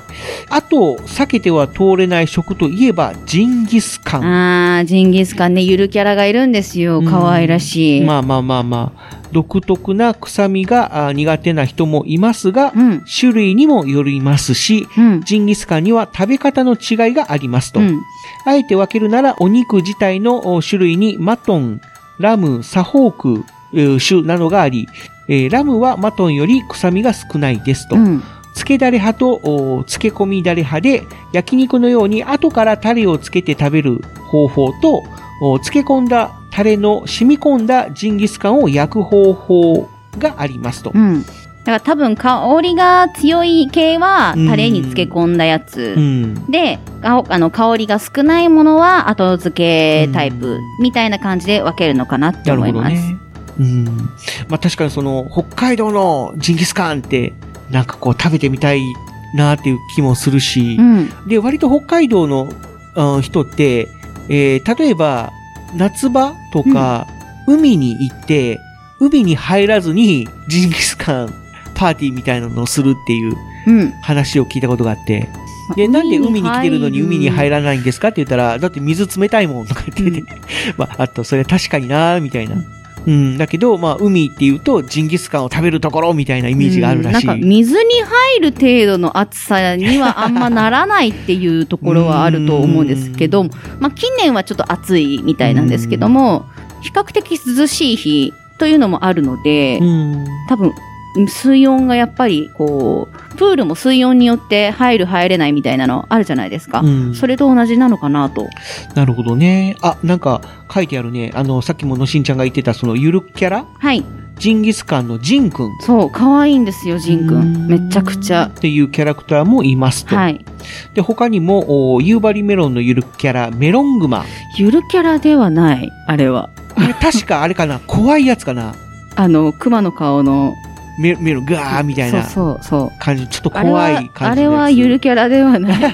あと、避けては通れない食といえば、ジンギスカン。
あー、ジンギスカンね、ゆるキャラがいるんですよ。
うん
可愛らしい。
まあまあまあまあ、独特な臭みがあー苦手な人もいますが、
うん。
種類にもよりますし、
うん。
ジンギスカンには食べ方の違いがありますと。
うん。
あえて分けるなら、お肉自体のお種類にマトン、ラム、サフォーク、えー種などがあり、えーラムはマトンより臭みが少ないですと。
うん。
漬けだれ派とお漬け込みだれ派で、焼肉のように後からタレをつけて食べる方法と、お漬け込んだタレの染み込んだジンギスカンを焼く方法がありますと。
うん。だから多分香りが強い系は、タレに漬け込んだや
う
つ。
ん。
で、ああの、香りが少ないものは後付けタイプみたいな感じで分けるのかなって
な
思
るほ
い
ど
ます。
ね。うん。まあ確かにその、北海道のジンギスカンって、なんかこう食べてみたいなっていう気もするし、
うん。
で、割と北海道の、うん人って、えー例えば、夏場とか、海に行って、海に入らずにジンギスカンパーティーみたいなのをするっていう
うん。
話を聞いたことがあって、で、なんで海に来てるのに海に入
る
らないんですかって言ったら、だって水冷たいもんとか言ってて、 まあ、あと、それ確かになーみたいな。うん、だけど、まあ、海っていうと、ジンギスカンを食べるところみたいなイメージがあるらしい。
なんか水に入る程度の暑さにはあんまならないっていうところはあると思うんですけど
う、
まあ、近年はちょっと暑いみたいなんですけども、比較的涼しい日というのもあるので、
うん。
多分水温がやっぱりこうプールも水温によって入る入れないみたいなのあるじゃないですか、
うん
それと同じなのかなと
なるほどね。あ、なんか書いてあるね。あの、さっきものしんちゃんが言ってた、そのゆるキャラ
はい
ジンギスカンのジンくん。
そう可愛いんですよジンくんめちゃくちゃ
っていうキャラクターもいますと。
はい
で、他にも、お夕張メロンのゆるキャラ、メロングマ。
ゆるキャラではないあれは
あれ、確かあれ かな怖いやつかな
あの熊の顔の
メメロン、ガーみたいな
そうそうそう
感じ。ちょっと
あれ
怖い
はあ
感じ
れ
のやつ
はゆるキャラではない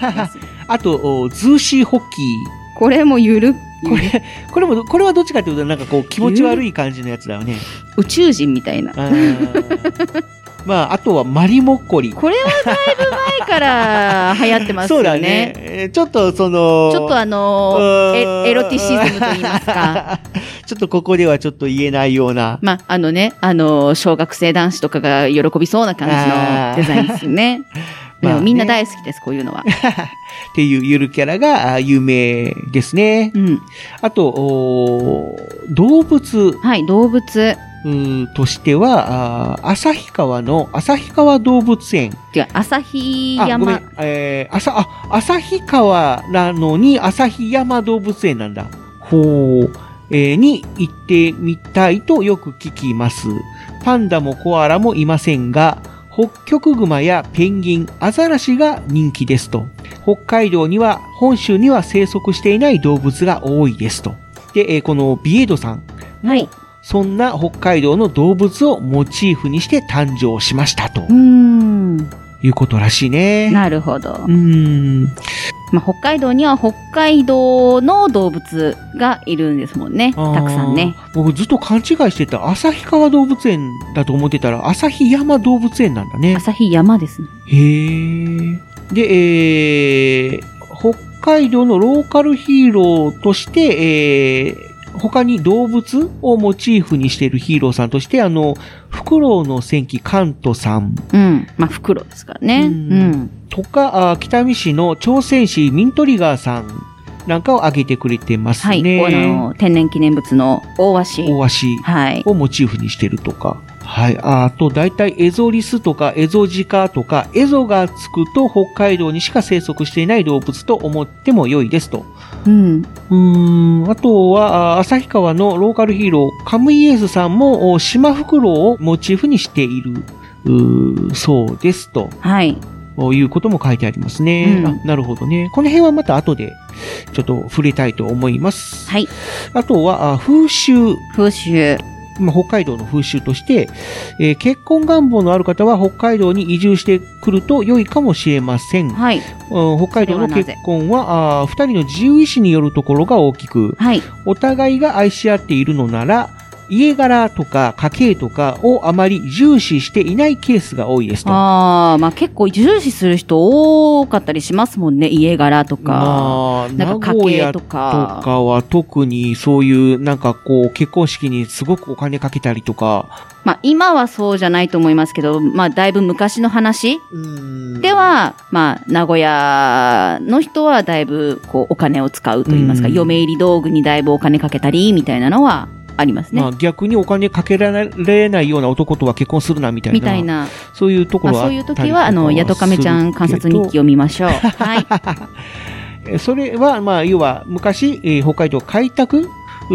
あと、おズーシーホッキー。
これもゆる
これ、これも、これはどっちかっていうと、なんかこう、気持ち悪い感じのやつだよね。
宇宙人みたいな
あーまあ、あとは、マリモッコリ。
これはだいぶ前から流行ってます
そ
よ
うだね。えーちょっとその、
ちょっとあの
うーん
エエロティシズムと言いますか。。
ちょっとここではちょっと言えないような。
まあ、あのね、あの、小学生男子とかが喜びそうな感
あ
じ
ー
のデザインですよね。
ま
で
あね
もみんな大好きです、こういう のは。
っていうゆるキャラがあ有名ですね
う。ん。
あと、おー動物
はい、動物。
うーとしては、あー旭川の旭川動物園。
違う、旭
あ、ごめ
山。
ん。えー、あさ、あ、旭川なのに旭山動物園なんだ。ほう。えーに行ってみたいとよく聞きます。パンダもコアラもいませんが、北極熊やペンギン、アザラシが人気ですと。北海道には、本州には生息していない動物が多いですと。で、えーこのビエドさん、
はい。
そんな北海道の動物をモチーフにして誕生しましたと
うーん。
いうことらしいね。
なるほど
う。ーん。
まあ、北海道には北海道の動物がいるんですもんね。
あー
たくさんね。。
僕ずっと勘違いしてた旭川動物園だと思ってたら旭山動物園なんだね。
旭山ですね。
へえ。で、えー、北海道のローカルヒーローとして、えー、他に動物をモチーフにしているヒーローさんとして、あの、フクロウの戦記カントさん
うん。まあ、袋ですからね。
う
うんん。
とか、あー北見市の朝鮮市ミントリガーさんなんかを挙げてくれてます
はい。
ね。
あの、天然記念物の大鷲。
大足。
はい。
をモチーフにしてるとか。はい。ああと、大体、エゾリスとか、エゾジカとか、エゾがつくと北海道にしか生息していない動物と思っても良いですと。
うん。
うーん。あとは、あ旭川のローカルヒーロー、カムイエースさんも、おシマフクロウをモチーフにしている、うーそうですと。
はい。
いうことも書いてあります
う
ね、
ん
あなるほどね。この辺はまた後でちょっと触れたいと思います。
はい。
あとは、あ風習
風習。
まあ、北海道の風習として、えー結婚願望のある方は北海道に移住してくると良いかもしれません。うん
はい。
北海道
それは
の
な
結
ぜ
婚は、あー二人の自由意志によるところが大きく、
はい。
お互いが愛し合っているのなら、家柄とか家計とかをあまり重視していないケースが多いですと。
ああ、まあ結構重視する人多かったりしますもんね。家柄とか。
まあ、
なんか
名古
家
屋
計
と
と
か
か
は特にそういうなんかこう結婚式にすごくお金かけたりとか。
まあ今はそうじゃないと思いますけど、まあだいぶ昔の話では、まあ名古屋の人はだいぶこうお金を使うと言いますか、
うん
嫁入り道具にだいぶお金かけたり、みたいなのはありますね。
まあ逆にお金かけられないような男とは結婚するなみたいな。
みたいな。
そういうとこ
まあ
ろは
そ
あ
う
った
い
り
う
とかするけど。
時は、あの、ヤドカメちゃん観察日記を見ま しょう。はい。
えーそれは、まあ、要は昔、えー北海道開拓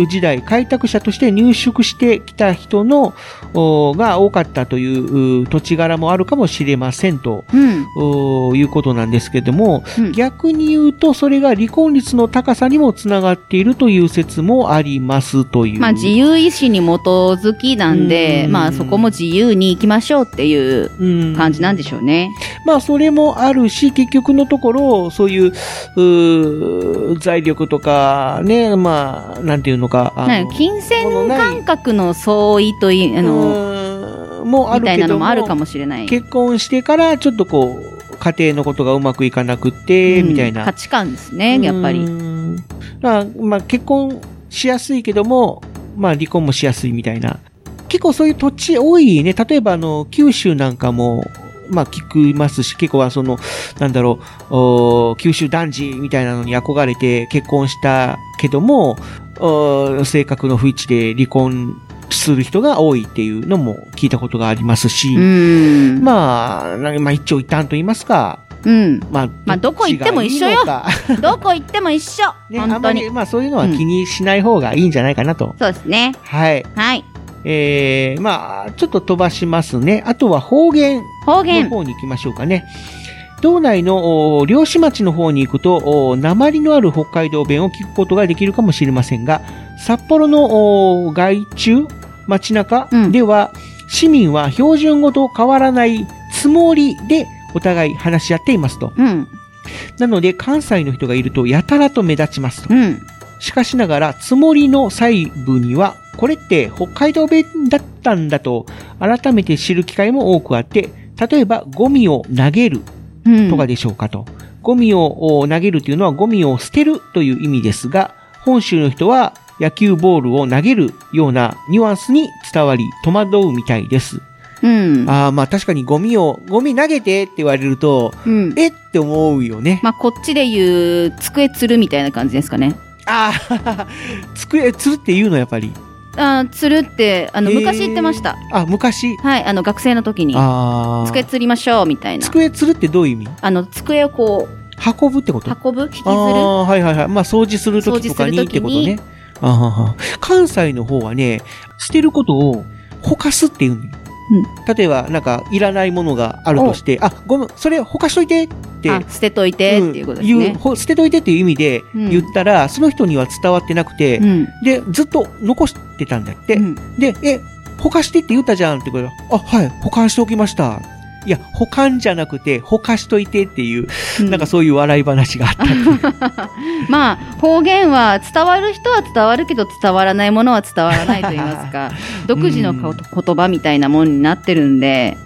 時代、開拓者として入植してきた人の、おーが多かったというう土地柄もあるかもしれませんと、
うん。
おーいうことなんですけども、
うん
逆に言うと、それが離婚率の高さにもつながっているという説もありますという。
まあ自由意志に基づきなんで、
うん
まあそこも自由に行きましょうっていう
うん
感じなんでしょうね。
まあ、それもあるし、結局のところ、そういう、うー財力とか、ね、まあ、なんていうのか。あの
なんか金銭感覚の相違といあの、
の、も
み
ある
たい
け
な
ど
の
も
もあるかもしれない。
結婚してからちょっとこう、家庭のことがうまくいかなくて、
うん
みたいな。
価値観ですね、やっぱ
う
り。
ん。まあ、まあ、結婚しやすいけども、まあ離婚もしやすいみたいな。結構そういう土地多いね。例えばあの、九州なんかも、まあ聞きますし、結構はその、なんだろう、おー九州男児みたいなのに憧れて結婚したけども、おー性格の不一致で離婚する人が多いっていうのも聞いたことがありますし、
うん。まあ、
まあ、なんまあ一長一短と言いますか、
うん。
まあ、
まあどこ行っても一緒よ
どっちがいいのか
どこ行っても一緒
ね、あ
本
ん
当
ま
に
り、。まあそういうのは気にしない方がいいんじゃないかなと。
そうですね。
はい。
はい。
えー、まあ、ちょっと飛ばしますね。あとは方言
方
の
言。
方に行きましょうかね。道内のお漁師町の方に行くと、お鉛のある北海道弁を聞くことができるかもしれませんが、札幌のお外中、街中
うん
では、市民は標準語と変わらないつもりでお互い話し合っていますと。
うん。
なので、関西の人がいるとやたらと目立ちますと
う。ん。
しかしながら、つもりの細部には、これって北海道弁だったんだと、改めて知る機会も多くあって、例えば、ゴミを投げる
うん。
とかでしょうかと。ゴミをお投げるというのは、ゴミを捨てるという意味ですが、本州の人は野球ボールを投げるようなニュアンスに伝わり、戸惑うみたいです。
うん。
ああ、まあ確かにゴミを、ゴミ投げてって言われると、
うん。
えって思うよね。
まあこっちで言う、机つるみたいな感じですかね。
ああ、机、つるって言うのやっぱり。
あーつるって、あの、
へー
昔言ってました。
あ、昔。
はい、あの学生の時に
あー
机釣りましょうみたいな。
机つるってどういう意味
あの机をこう
運ぶってこと
運ぶ引きずる。
ああーはいはいはい。まあ掃除するときとかに
掃除
っ
す
て
る時
こと
に
ね。あはは関西の方はね、捨てることを、ほかすって言うのよ例えば、なんか、いらないものがあるとして、あ、ごめん、それほかしといてって。
あ捨てといてっていうことです
うん言う
ね。
ほ捨てといてっていう意味で
うん
言ったら、その人には伝わってなくて、
うん。
で、ずっと残してたんだって。
うん
で、え、保管してって言ったじゃんって言うから、あ、はい、保管しておきました。いや、保管じゃなくて、保管しといてっていう、
うん
なんかそういう笑い話があった。
まあ方言は伝わる人は伝わるけど伝わらないものは伝わらないと言います か独自のか言葉みたいなもんになってるんで、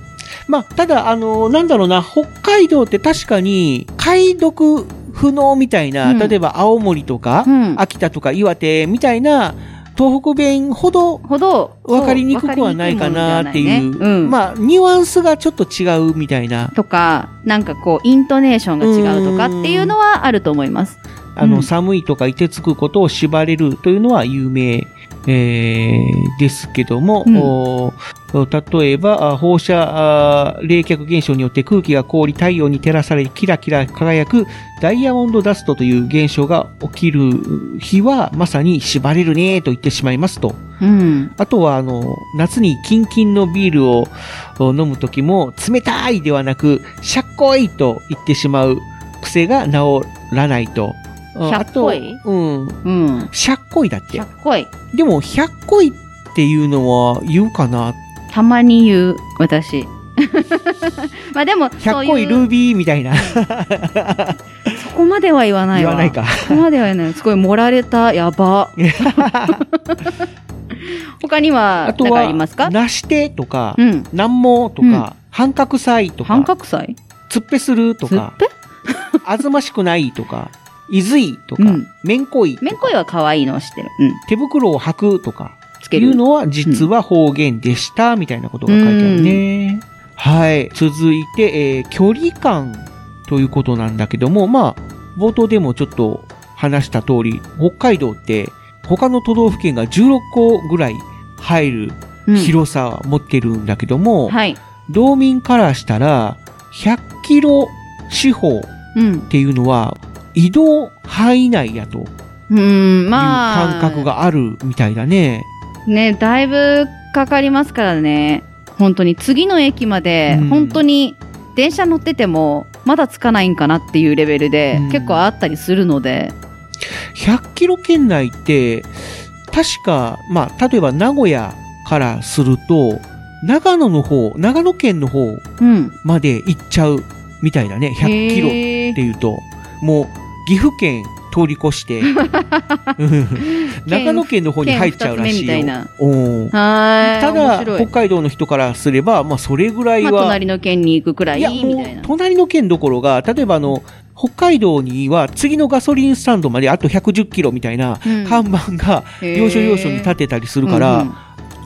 まあ、ただ、あの、なんだろうな、北海道って確かに、解読不能みたいな、
うん
例えば青森とか、
うん、
秋田とか岩手みたいな、東北弁ほど
ほど
分かりにくくはないかなっていう、
まあ
まあ、ニュアンスがちょっと違うみたいな、
とかなんかこうイントネーションが違うとかっていうのはあると思います。
あの、
うん
寒いとか凍てつくことを縛れるというのは有名、えーですけども、
うん
お例えば、あ放射あ冷却現象によって空気が凍り太陽に照らされキラキラ輝くダイヤモンドダストという現象が起きる日はまさに縛れるねと言ってしまいますと。
うん、
あとは、あの、夏にキンキンのビールをお飲むときも、冷たいではなく、しゃっこいと言ってしまう癖が治らないと。うん
しゃっこい
あとうん。
うん、
しゃっこいだっ
か
て
っ。こいい。
でも、ひゃっこいっていうのは言うかな。
たまに言う私まあでも
ひゃ
そ
っ
う
こい
い
ル
う
ービーみたいな。
そこまでは言わない
言
わ
わないか。
そこまでは言わないすごい盛られたやば他には
あと
何かあ
は
りますか
なしてとか
うん
なんもと
うん
か半角祭と
半
か
角祭
つっぺすると
つっ
か
ぺ
あずましくないとかいずいとか
うん
めんこいと
めんこ
か
いは可愛いのを知ってる。うん。
手袋を履くとか
つ
って
け
い
る。
うのは実は方言でした、みたいなことが書いてあるね。はい。続いて、えー距離感ということなんだけども、まあ、冒頭でもちょっと話した通り、北海道って他の都道府県が16個ぐらい入る
うん
広さを持ってるんだけども、
はい。
道民からしたら100キロ四方っ
うん。
ていうのは移動範囲内やという
うん、まあ。
感覚。があるみたいだね。
ね、だいぶかかりますからね。本当に次の駅まで
うん、
本当に電車乗ってても、まだ着かないんかなっていうレベルで
うん、
結構あったりするので。
100キロ圏内って、確か、まあ、例えば名古屋からすると、長野の方、長野県の方
うん。
まで行っちゃうみたいだね。100キロって
へー
いうと、もう岐阜県通り越 して、 うん長野県の方に入っちゃうらしい
県二つ目みたい
よ。
な。
う
は
ん
ーい。
た
面
だ、
白
北
い。
海道の人からすれば、まあ、それぐらい
まあ、
は、
隣の県に行くくらい、
いや、
み
もう
たいな。
隣の県どころが、例えばあの、北海道には次のガソリンスタンドまであと110キロみたいな
うん
看板が、要所要所に立
て
てたりするから、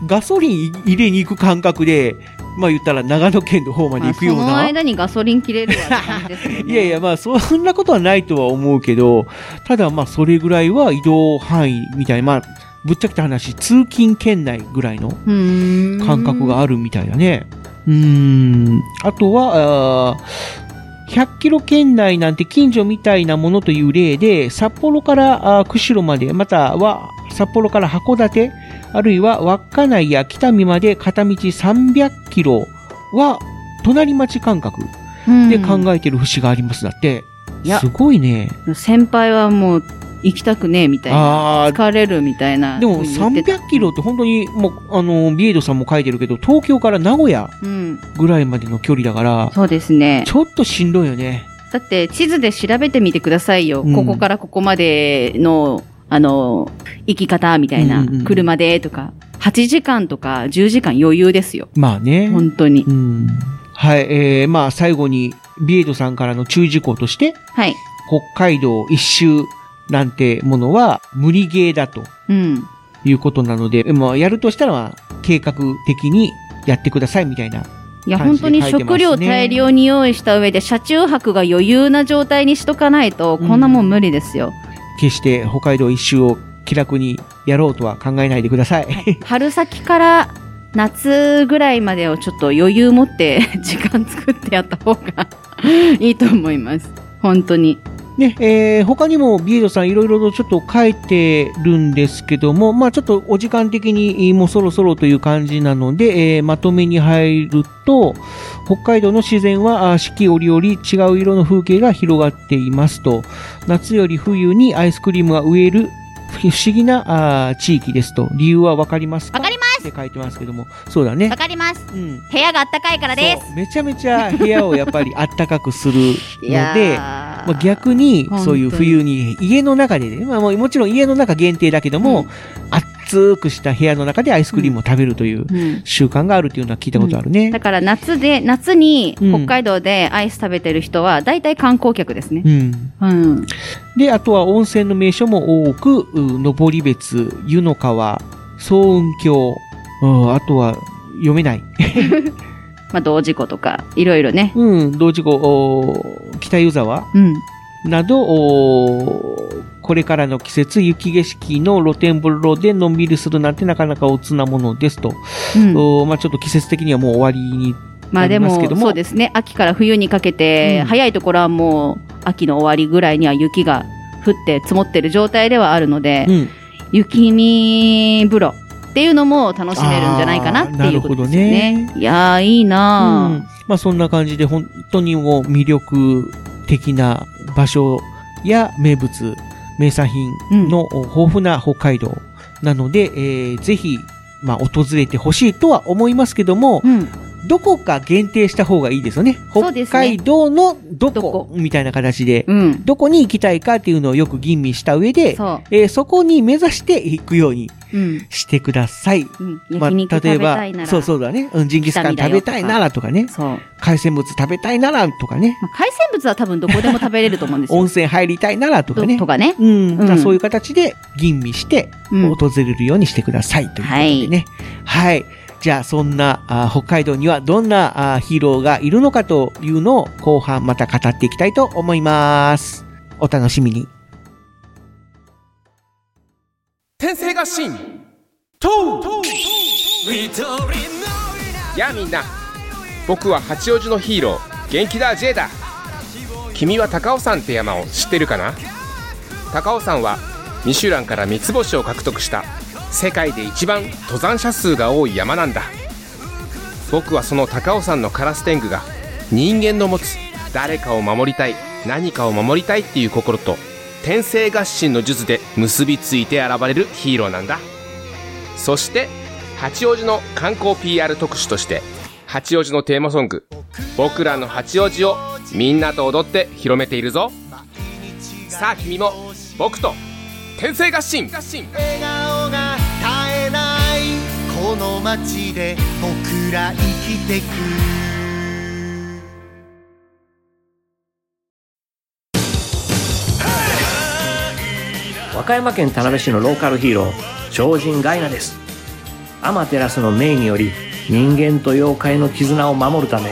ガソリン入れに行く感覚で、まあ言ったら長野県の方まで行くよう
その
な。
間にガソリン切れるわって感じですよね
いやいや、まあそんなことはないとは思うけど、ただまあそれぐらいは移動範囲みたいな、まあぶっちゃけた話、通勤圏内ぐらいの
感
感覚が
あ
あるみたいだね。うーん。あとは、あー100キロ圏内なんて近所みたいなものという例で、札幌からあー釧路まで、または札幌から函館、あるいは稚内や北見まで片道300キロは、隣町感覚
る
で考えてる節がありますだって。
いや
すごいね。
先輩はもう行きたくねえみたいな
あー
疲れるみたいな
でも
言ってた
300キロって本当に、もう、あの、ビエドさんも書いてるけど、東京から名古屋
うん
ぐらいまでの距離だから、
そうですね
ちょっとしんどいよね。
だって地図で調べてみてくださいよ、
うん
ここからここまでのあの行き方みたいな、
うんうんうん
車でとか8時間とか10時間余裕ですよ
まあね。
本当に、
うん。はい、えー、まあ最後に、ビエドさんからの注意事項として、
はい
北海道一周なんてものは無理ゲーだと
うん
いうことなので、まあやるとしたら、まあ計画的にやってくださいみたいな。
いや、本
感
当
じで書いて
に
ますね
食料大量に用意した上で、車中泊が余裕な状態にしとかないと、こんなもん無理ですよ。
決して北海道一周を気楽にやろうとは考えないでください。
春先から夏ぐらいまでをちょっと余裕持って 時間作ってやった方がいいと思います。本当に。
ね、えー他にもビエドさんいろいろとちょっと書いてるんですけども、まあちょっとお時間的にえーもうそろそろという感じなので、えーまとめに入ると、北海道の自然はあー四季折々違う色の風景が広がっていますと、夏より冬にアイスクリームが植える不思議なあー地域ですと、理由はわかりますか
わかります
って書いてますけども、そうだね
わ。かります。
うん。
部屋があったかいからで
そうめちゃめちゃ部屋をやっぱりあったかくする
す。
ので、まあ、逆に
本当に
そういう冬に家の中でね、まあ、もうもちろん家の中限定だけども、
うん
暑くした部屋の中でアイスクリームを食べるという
うん
習慣があるっていうのは聞いたことあるね
だ。から夏で、夏に
う
北
ん
海道でアイス食べてる人は、大体観光客ですね
う。ん、
うん。
であとは温泉の名所も多くう登別湯の川早雲峡、うん、あとは読めない、
まあ、同時湖とか、いろいろね。
うん、同時湖お北湯沢
うん。
など、おーこれからの季節、雪景色の露天風呂でのんびりするなんてなかなかおつなものですと。
うん。
おーまあちょっと季節的にはもう終わりに。
まあで
あります
も
けども
そうですね、秋から冬にかけて、
うん
早いところはもう秋の終わりぐらいには雪が降って積もってる状態ではあるので、
ん。
雪見風呂っていうのも楽しめるんじゃないかなっていうことですよ
あーなる
ね。いやー、いいな
うんまあそんな感じで本当にもう魅力的な場所や名物、名産品の豊富な北海道なので、えーぜひ、まあ訪れてほしいとは思いますけども、
ーうん。
どこか限定した方がいいですよね。
そうで
北
すね
海道のど
ど
こ
こ
みたいな形で、
うん。
どこに行きたいかっていうのをよく吟味した上で、
そ
えーそこに目指して行くように
う。うん。
してください。
うん、
まあ
焼肉食べたいなら、
そうそうだね。うんジンギスカン食べたいならとかね。
そうま
海鮮物食べたいならとかね。
あ海鮮物は多分どこでも食べれると思うんですよ。
温泉入りたいなら とかね。
とかね。
うん。だから
うん
そういう形で吟味して、
うん
訪れるようにしてくださいということでね。はい。じゃあ、そんなあ北海道にはどんなあヒーローがいるのかというのを後半また語っていきたいと思います。お楽しみに。
天性合心とやあみんな僕は八王子のヒーロー元気だ J だ君は高尾山って山を知ってるかな高尾山はミシュランから三つ星を獲得した世界で一番登山者数が多い山なんだ僕はその高尾山のカラス天狗が人間の持つ誰かを守りたい何かを守りたいっていう心と天性合心の術で結びついて現れるヒーローなんだそして八王子の観光 PR 特集として八王子のテーマソング「僕らの八王子」をみんなと踊って広めているぞさあ君も僕と天性合心
笑顔が絶えないこの街で僕ら生きてく
和歌山県田辺市のローカルヒーロー超人ガイナですアマテラスの命により人間と妖怪の絆を守るため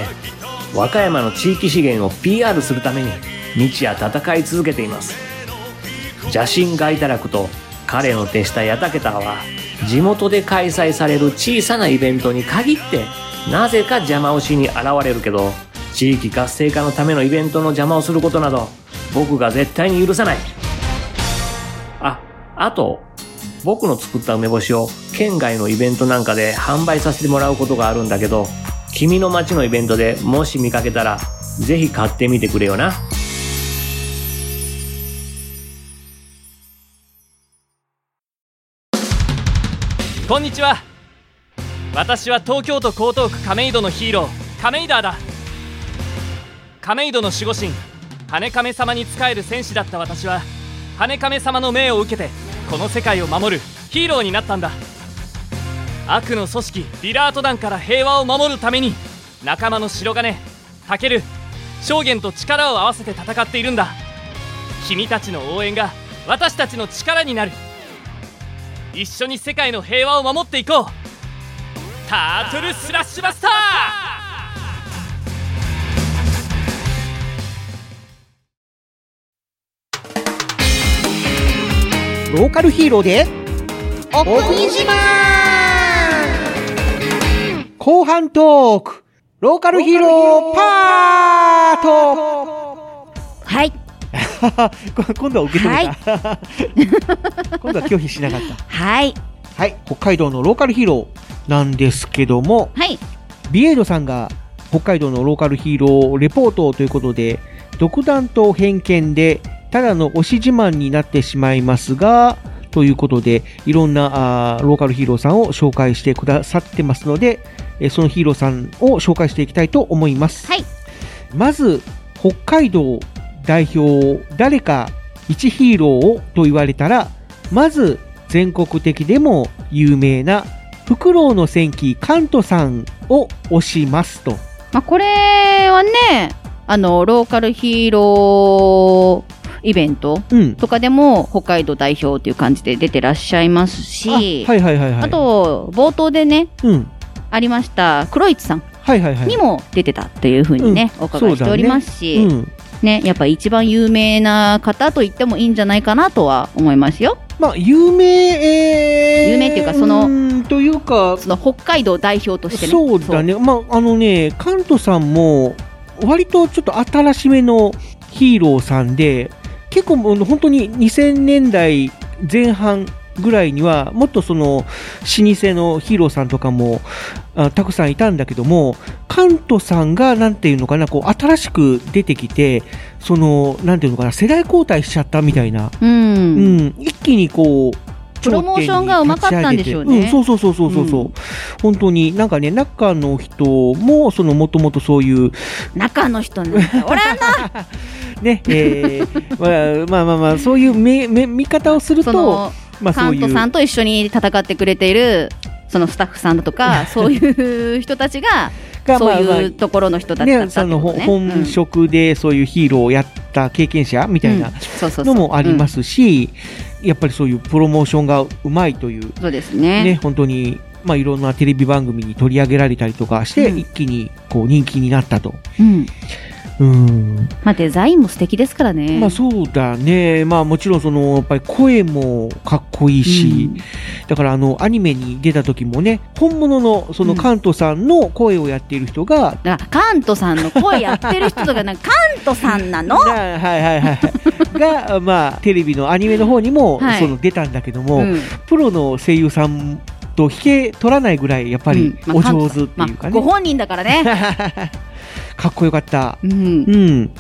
和歌山の地域資源を PR するために日夜戦い続けています邪神ガイタラクと彼の手下ヤタケタは地元で開催される小さなイベントに限ってなぜか邪魔をしに現れるけど地域活性化のためのイベントの邪魔をすることなど僕が絶対に許さないあ、あと、僕の作った梅干しを県外のイベントなんかで販売させてもらうことがあるんだけど、君の街のイベントでもし見かけたら、ぜひ買ってみてくれよな。
こんにちは私は東京都江東区亀戸のヒーロー亀井ダーだ亀戸の守護神羽亀様に仕える戦士だった私は羽亀様の命を受けてこの世界を守るヒーローになったんだ悪の組織リラート団から平和を守るために仲間の白金タケル証言と力を合わせて戦っているんだ君たちの応援が私たちの力になる一緒に世界の平和を守っていこうタートルスラッシュバスタ
ローカルヒーローで、
奥にしま
後半トークローカルヒーローパート
はい。
こ今度は受け止めた。 今度は拒否しなかった。
はい。
はい、北海道のローカルヒーローなんですけども、
はい。
ビエイドさんが北海道のローカルヒーローレポートということで、独断と偏見で、ただの推し自慢になってしまいますが、ということで、いろんなあーローカルヒーローさんを紹介してくださってますので、えーそのヒーローさんを紹介していきたいと思います。
はい
まず、北海道代表、誰か1ヒーローをと言われたら、まず全国的でも有名なフクロウの戦記カントさんを推しますと。
まあ、これはね、あの、ローカルヒーローイベント
うん。
とかでも北海道代表っていう感じで出てらっしゃいますし、あ,、
あはいはいはいはい。、
と、冒頭でね、
うん。
ありました、黒市さん
はいはいはい。
にも出てたっていうふうにね、
うん
お伺いしておりますし、
うん。
ね、やっぱ一番有名な方と言ってもいいんじゃないかなとは思いますよ。
まあ、有名、えー、
有名っていうかその
の、というか、
その北海道代表としてね。
そうだね。まあ、あのね、カントさんも、割とちょっと新しめのヒーローさんで、結構もう本当に2000年代前半ぐらいには、もっとその、老舗のヒーローさんとかも、あたくさんいたんだけども、カントさんが、なんていうのかな、こう、新しく出てきて、その、なんていうのかな、世代交代しちゃったみたいな
そう。う。
うんん、一気にこう
プロモーションがうまかったんでしょう
う
ね
ん、そうそうそうそうそうそう、
うん
本当になんかね中の人もそのもともとそういう
中の人なんかおらんな
ね、えーまあ、まあまあまあそういうめめ見方をする
そ
と
の
まあ
カ
そう
ン
い
ト
う
さんと一緒に戦ってくれているそのスタッフさんだと かそういう人たちが
が
そう
まあまあ
いうところの人たちだ
ね、
ったっ
そ
て
の
こと
ほ
ね。
本職でそういうヒーローをやった経験者みたいな
うんそうそうそう
のもありますし、やっぱりそういうプロモーションがうまいという、
うんそうですね
ね、本当に、まあ、いろんなテレビ番組に取り上げられたりとかして、
うん
一気にこう人気になったと。
うん
うん
まあ、デザインも素敵ですからね。
まあそうだね、まあ、もちろんそのやっぱり声もかっこいいし、だからあのアニメに出た時もね本物のそのカントさんの声をやっている人が、
だからカントさんの声やってる人とかなんかカントさんな の
がはいはいはい、が、 まあ、テレビのアニメの方にも、
はい
その出たんだけども、
うん
プロの声優さんと引け取らないぐらいやっぱり
うん
お
まあ
上手っていう
ま
か
あ、
ね、
ご本人だから ね。
かっこよかった。
うん
うん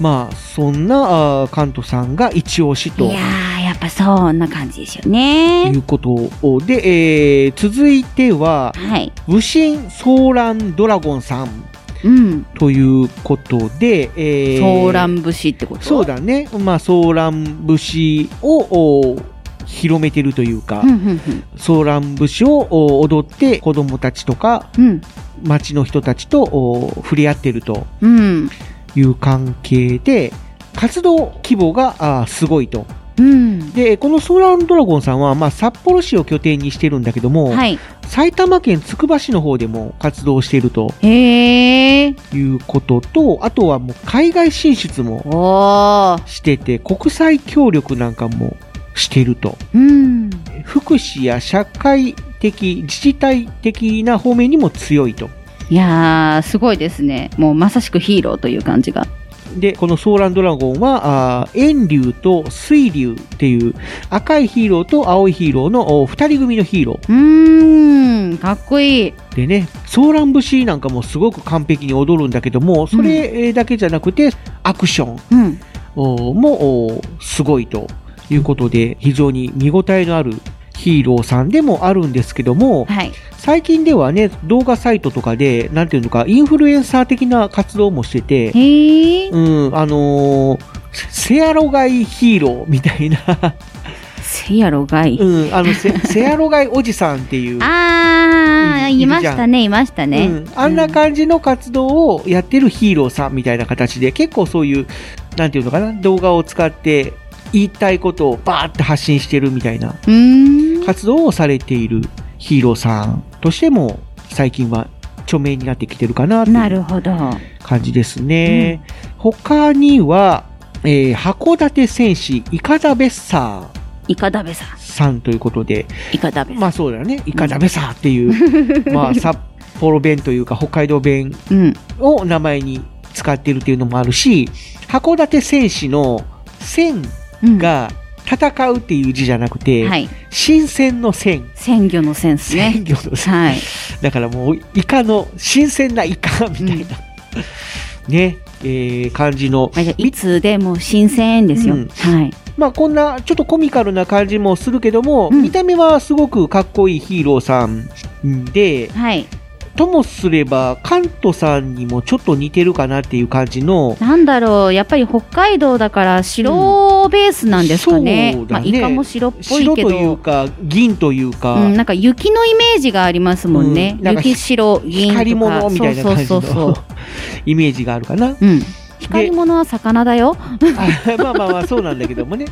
まあそんなあーカントさんが一押し
い
と
やーやっぱそんな感じですよね
い。うことで、えー続いては、
はい。
武神ソーランドラゴンさん
うん。
ということで、えー
ソーラン節ってこと
そうだね、まあ、ソーラン節をお広めてるというか、
うんうん
ソーラン節をお踊って子供たちとか
うん。
町の人たちとお触れ合ってると
うん。
いう関係で活動規模があーすごいと。
うん。
でこのソーランドラゴンさんは、まあ、札幌市を拠点にしてるんだけども、
はい。
埼玉県つくば市の方でも活動していると
へえ。
いうこととあとはもう海外進出も
おー。
してて国際協力なんかもしてると
うん。
福祉や社会的自治体的な方面にも強いと
いやー、すごいですね。もうまさしくヒーローという感じが。
でこのソーランドラゴンはあー炎竜と水竜っていう赤いヒーローと青いヒーローの2人組のヒーロ
うーん。かっこいい。
ーでねソーラン節なんかもすごく完璧に踊るんだけどもそれだけじゃなくてアクション
うん。
おーもおーすごいということで非常に見応えのあるヒーローさんでもあるんですけども、
はい。
最近ではね動画サイトとかでなんていうのかインフルエンサー的な活動もしてて、
へえ。
うんあのーセアロガイヒーローみたいな、
せやろがい。
うん、あのセセアロガイおじさんっていう、
あー、
いい
いましたね、いましたね。
うん、あんな感じの活動をやってるヒーローさんみたいな形で結構そういうなんていうのかな動画を使って言いたいことをバーって発信してるみたいな
うーん。
活動をされているヒーローさんとしても最近は著名になってきてるかなとい
な
う
るほど。
感じですね、他には、えー函館戦士イカダベッサー
イカダベさん。
さんということで
イカダベさん。
まあそうだねイカダベッサーっていう、まあ札 幌弁というか北海道弁
うん。
を名前に使ってるっていうのもあるし函館戦士の「戦
うん」、
が戦うっていう字じゃなくて、
はい。
新鮮の戦
鮮魚のセンス
鮮
ね。
魚の戦
はい。
だからもうイカの新鮮なイカみたいな、ね、えー感じの
まあ、じゃあいつでも新鮮ですよ。
うん
はい。
まあこんなちょっとコミカルな感じもするけども、
うん
見た目はすごくかっこいいヒーローさんで
はい。
ともすればカントさんにもちょっと似てるかなっていう感じの
なんだろう、やっぱり北海道だから白ベースなんですかね。
そう
ま
だ
あ、
ね
イカも白っぽ
白
い
と
け
いう
ど。
か銀というか、
うん、なんか雪のイメージがありますもんね。
うんなんか
雪白、銀とか。
光り物みたいな感じの
そうそうそうそ
イメージがあるかな
う。うん。光り物は魚だよ。
あ まあまあまあそうなんだけどもね。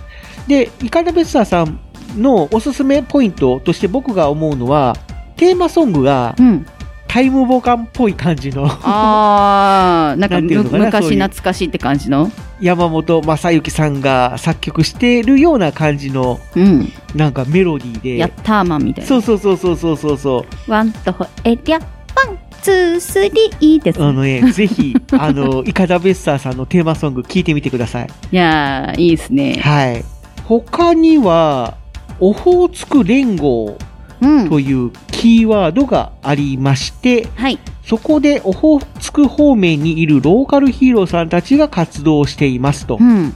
で、イカダベッサーさんのおすすめポイントとして僕が思うのは、テーマソングが
うん。
タイムボカンっぽい感じの
あ ー、なんか
なんていうのかな
む昔
そういう
懐かしいって感じの。
山本正幸さんが作曲しているような感じの
うん。
なんかメロディーで。
ヤッターマンみたい
そ
な。
うそうそうそうそうそうそう。
ワンとホエリャ、ワン、ツー、スリーです。
あ のね、ぜひ、あの、イカダベッサーさんのテーマソング聞いてみてください。
いやー、いいですね。
はい。他には、オホーツク連合
うん。
というキーワードがありまして、
はい。
そこでオホーツク方面にいるローカルヒーローさんたちが活動していますと
う。ん。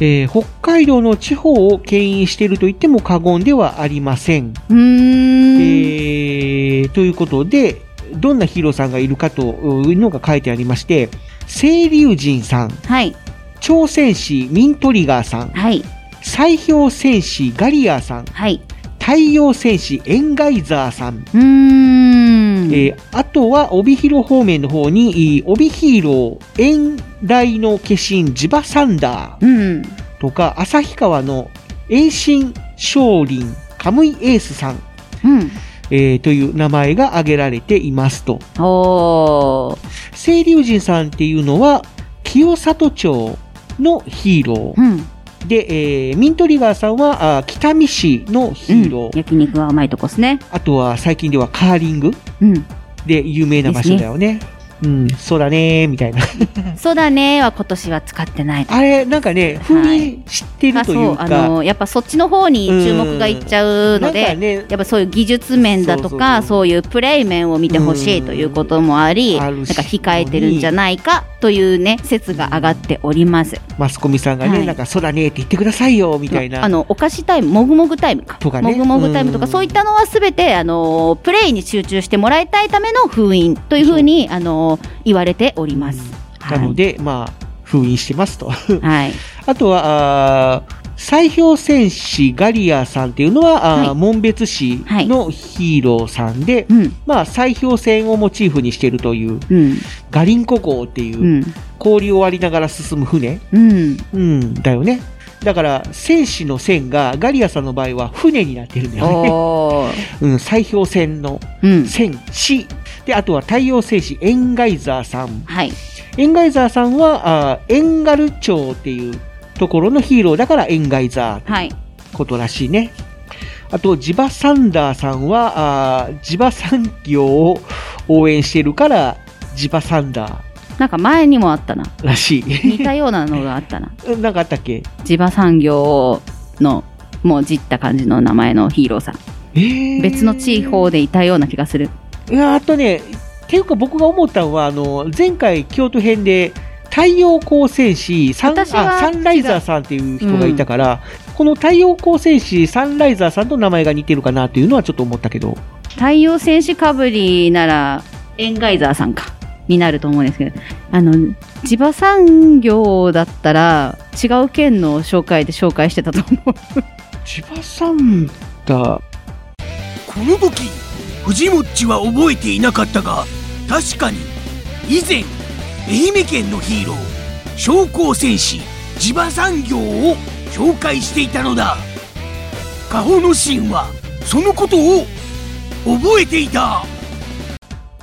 えー北海道の地方を牽引していると言っても過言ではありません。
うーん。
えーということで、どんなヒーローさんがいるかというのが書いてありまして、清流人さん、
はい。
朝鮮市ミントリガーさん、
はい。
砕氷戦士ガリアーさん、
はい。
太陽戦士エンガイザーさん、
うーん。
えーあとは帯広方面の方に、えー帯ヒーロー、遠来の化身ジバサンダー
うん。
とか、旭川の遠心少林カムイエースさん、
うん。
えーという名前が挙げられていますと。
おー。
清流人さんっていうのは清里町のヒーロ
うん。
ーで、えーミントリガーさんはあー北見市のヒーロー、
うん焼肉はうまいとこっすね。
あとは最近ではカーリング
うん。
で有名な場所だよねうんそうだねーみたいな
そうだねーは今年は使ってない。
あれなんかねふ
は
に
い
知ってる
あ、
と
そ
いう
う、
か、
あの、やっぱそっちの方に注目がいっちゃうの
なんか
で、
ね
やっぱそういう技術面 だとか、
そうそうそう
そういうプレイ面を見てほしいということもあり、
うんあ
なん
るし
か控えてるんじゃないかというね、説が上がっております。
マスコミさんがね、
はい
なんかそうだねーって言ってくださいよみたいな
あの、お菓子タイム、もぐもぐタイムか。
とかね
もぐもぐタイムとか、
うん
そういったのはすべて、あの、プレイに集中してもらいたいための封印というふうに、あの、言われております。
なので、まあ封印してますと
はい。はい。
あとは、あー砕氷戦士ガリアさんっていうのは、あー
はい
紋別市のヒーローさんで、
うん。
まあ、砕氷船をモチーフにしているという、
うん。
ガリンコ号っていうう、
ん。
氷を割りながら進む船、
うん。
うん、だよね。だから、戦士の線が、ガリアさんの場合は船になってるんだよね。
おー。
うん、砕氷船の
うん。
戦士。で、あとは太陽戦士エンガイザーさん。
はい。
エンガイザーさんは、あーエンガル町っていうところのヒーローだから、エンガイザー
はい。
ことらしいね。あと、地場サンダーさんは、あー地場産業を応援してるから、地場サンダー
なんか前にもあったな。
らしい。
似たようなのがあった な。
なんかあったっけ
地場産業の、もうじった感じの名前のヒーローさん。
えー
別の地方でいたような気がする。
いやあとね、っていうか僕が思ったのは、あの、前回京都編で、太陽光戦士サンあ
私は
サンライザーさんっていう人がいたから、この太陽光戦士サンライザーさんと名前が似てるかなというのはちょっと思ったけど。
太陽戦士かぶりなら、エンガイザーさんか。になると思うんですけど、あの、地場産業だったら、違う県の紹介で紹介してたと思う。
地場サンダー、
この武器藤もっちは覚えていなかったが確かに以前愛媛県のヒーロー商工戦士地場産業を紹介していたのだカホの神はそのことを覚えていた